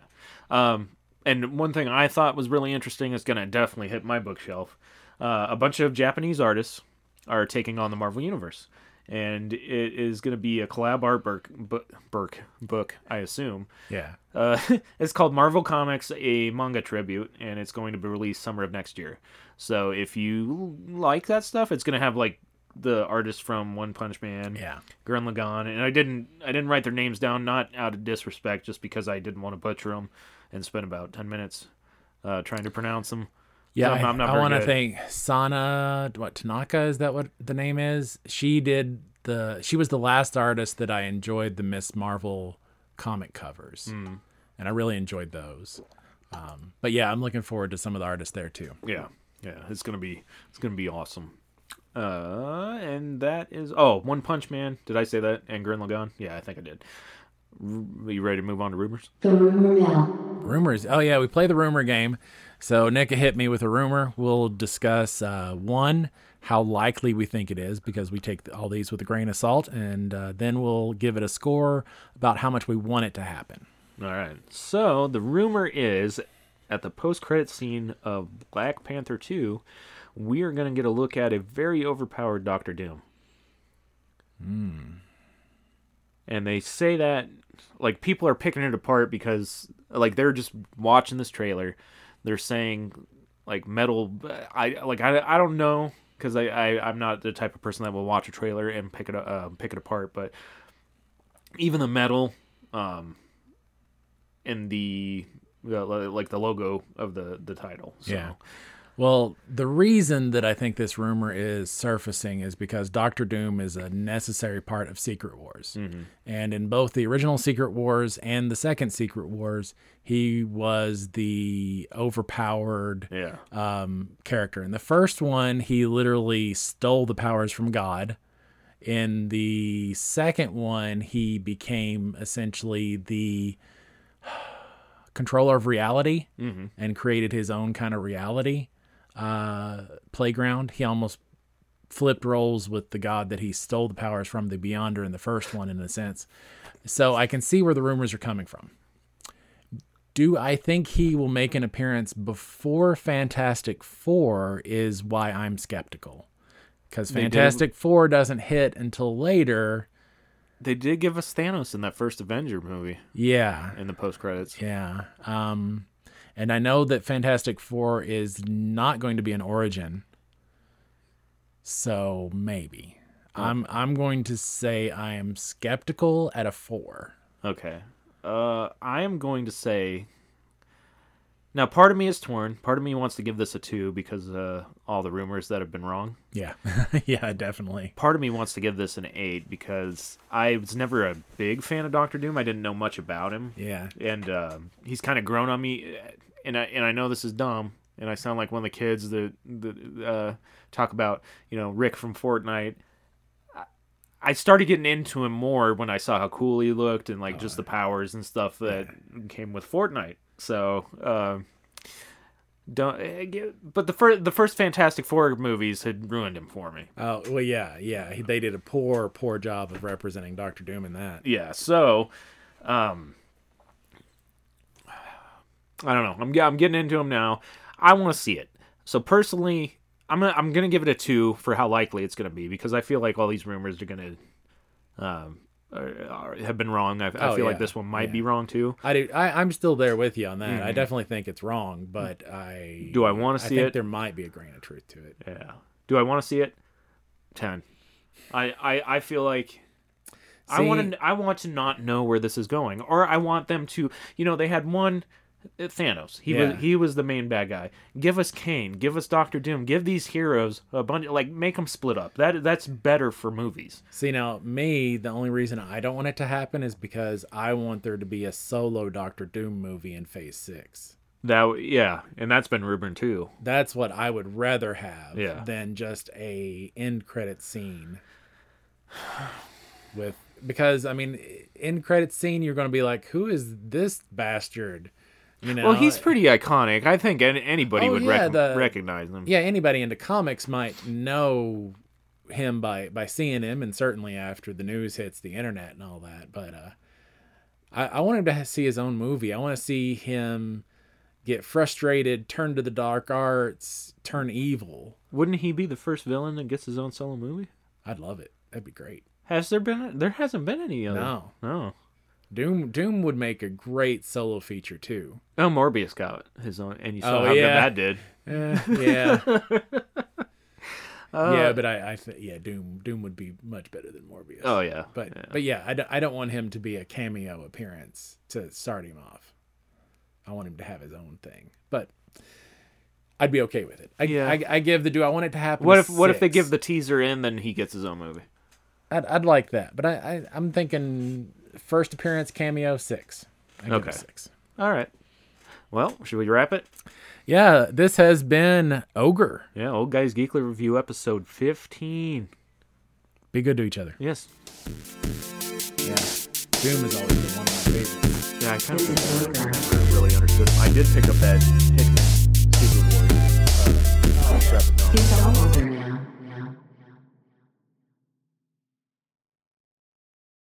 Um, and one thing I thought was really interesting is gonna definitely hit my bookshelf. Uh, a bunch of Japanese artists are taking on the Marvel Universe, and it is gonna be a collab art book, book, book, book I assume. yeah. Uh, it's called Marvel Comics: A Manga Tribute, and it's going to be released summer of next year. So if you like that stuff, it's going to have like the artists from One Punch Man, Yeah. Gurren Lagann, and I didn't I didn't write their names down, not out of disrespect, just because I didn't want to butcher them and spend about ten minutes uh, trying to pronounce them. Yeah, I'm- I- I'm not I very want to good. thank Sana. What Tanaka is that? What the name is? She did the. She was the last artist that I enjoyed the Miss Marvel comic covers, Hmm. and I really enjoyed those. Um, but yeah, I'm looking forward to some of the artists there too. Yeah, yeah, it's gonna be it's gonna be awesome. Uh, and that is oh, One Punch Man. Did I say that? And Gurren Lagann. Yeah, I think I did. Ru- you ready to move on to rumors? The rumor mill. Rumors. Oh yeah, we play the rumor game. So Nick hit me with a rumor. We'll discuss uh, one how likely we think it is because we take all these with a grain of salt, and uh, then we'll give it a score about how much we want it to happen. All right. So the rumor is, at the post-credit scene of Black Panther Two, we are going to get a look at a very overpowered Doctor Doom. Hmm. And they say that, like, people are picking it apart because, like, they're just watching this trailer. They're saying, like, metal. I like. I, I don't know because I, I I'm not the type of person that will watch a trailer and pick it uh, pick it apart. But even the metal, um, and the the- like the logo of the the title. So. Yeah. Well, the reason that I think this rumor is surfacing is because Doctor Doom is a necessary part of Secret Wars. And in both the original Secret Wars and the second Secret Wars, he was the overpowered Yeah. um, character. In the first one, he literally stole the powers from God. In the second one, he became essentially the controller of reality and created his own kind of reality uh, playground. He almost flipped roles with the god that he stole the powers from, the Beyonder, in the first one, in a sense. So I can see where the rumors are coming from. Do I think he will make an appearance before Fantastic Four? Is why I'm skeptical. Because did- Fantastic Four doesn't hit until later. They did give us Thanos in that first Avenger movie Yeah. in the post credits. Yeah. Um, and I know that Fantastic Four is not going to be an origin. So maybe. I'm I'm going to say I am skeptical at a four. Okay. Uh, I am going to say. Now, part of me is torn. Part of me wants to give this a two because uh, all the rumors that have been wrong. Yeah. yeah, definitely. Part of me wants to give this an eight because I was never a big fan of Doctor Doom. I didn't know much about him. Yeah. and uh, he's kind of grown on me. And I and I know this is dumb, and I sound like one of the kids that that uh, talk about you know Rick from Fortnite. I- I started getting into him more when I saw how cool he looked and like just the powers and stuff that came with Fortnite. So. um don't, eh, get- but the first the first Fantastic Four movies had ruined him for me. Oh well, yeah, yeah. He- They did a poor, poor job of representing Doctor Doom in that. yeah so um i don't know i'm, ge- I'm getting into him now i want to see it so personally i'm gonna i'm gonna give it a two for how likely it's gonna be because i feel like all these rumors are gonna um are, are, have been wrong i, I Oh, feel like yeah. this one might be wrong too I do. I, I'm still there with you on that. I definitely think it's wrong, but I Mm-hmm. Mm. do i want to I see think it there might be a grain of truth to it. yeah do i want to see it 10 i i, I feel like I See- want to. I want to not know where this is going, or I want them to. You know, they had one uh, Thanos. He Yeah. was he was the main bad guy. Give us Kane. Give us Doctor Doom. Give these heroes a bunch. Like make them split up. That that's better for movies. See now, me, the only reason I don't want it to happen is because I want there to be a solo Doctor Doom movie in Phase Six. That yeah, and that's been rumored too. That's what I would rather have Yeah. than just a end credit scene with because I mean, in credit scene, you're going to be like, who is this bastard? You know, Well, he's pretty iconic. I think an- anybody Uh, Oh, would yeah, rec- the- recognize him. yeah. Anybody into comics might know him by by seeing him, and certainly after the news hits the internet and all that. But uh, I, I want him to ha- see his own movie. I want to see him get frustrated, turn to the dark arts, turn evil. Wouldn't he be the first villain that gets his own solo movie? I'd love it. That'd be great. Has there been? There hasn't been any other. No. No. Doom Doom would make a great solo feature too. Oh, Morbius got his own, and you saw Oh, how yeah. good that did. Eh, yeah. yeah, but I, I th- yeah, Doom Doom would be much better than Morbius. Oh yeah. but but yeah, I, don't- I don't want him to be a cameo appearance to start him off. I want him to have his own thing, but I'd be okay with it. I, Yeah. I, I give the do. I want it to happen. what to if what if they six. give the teaser in, then he gets his own movie? I'd, I'd like that, but I, I I'm thinking first appearance cameo six. I give Okay. it six. All right. Well, should we wrap it? Yeah, this has been ogre. Yeah, old guys geekly review episode fifteen. Be good to each other. Yes. Yeah. Doom has always been one of my favorites. Yeah, I kind of It's over. really understood. I did pick up that Hickman Secret Wars. Uh, scrap of knowledge. It's all over now.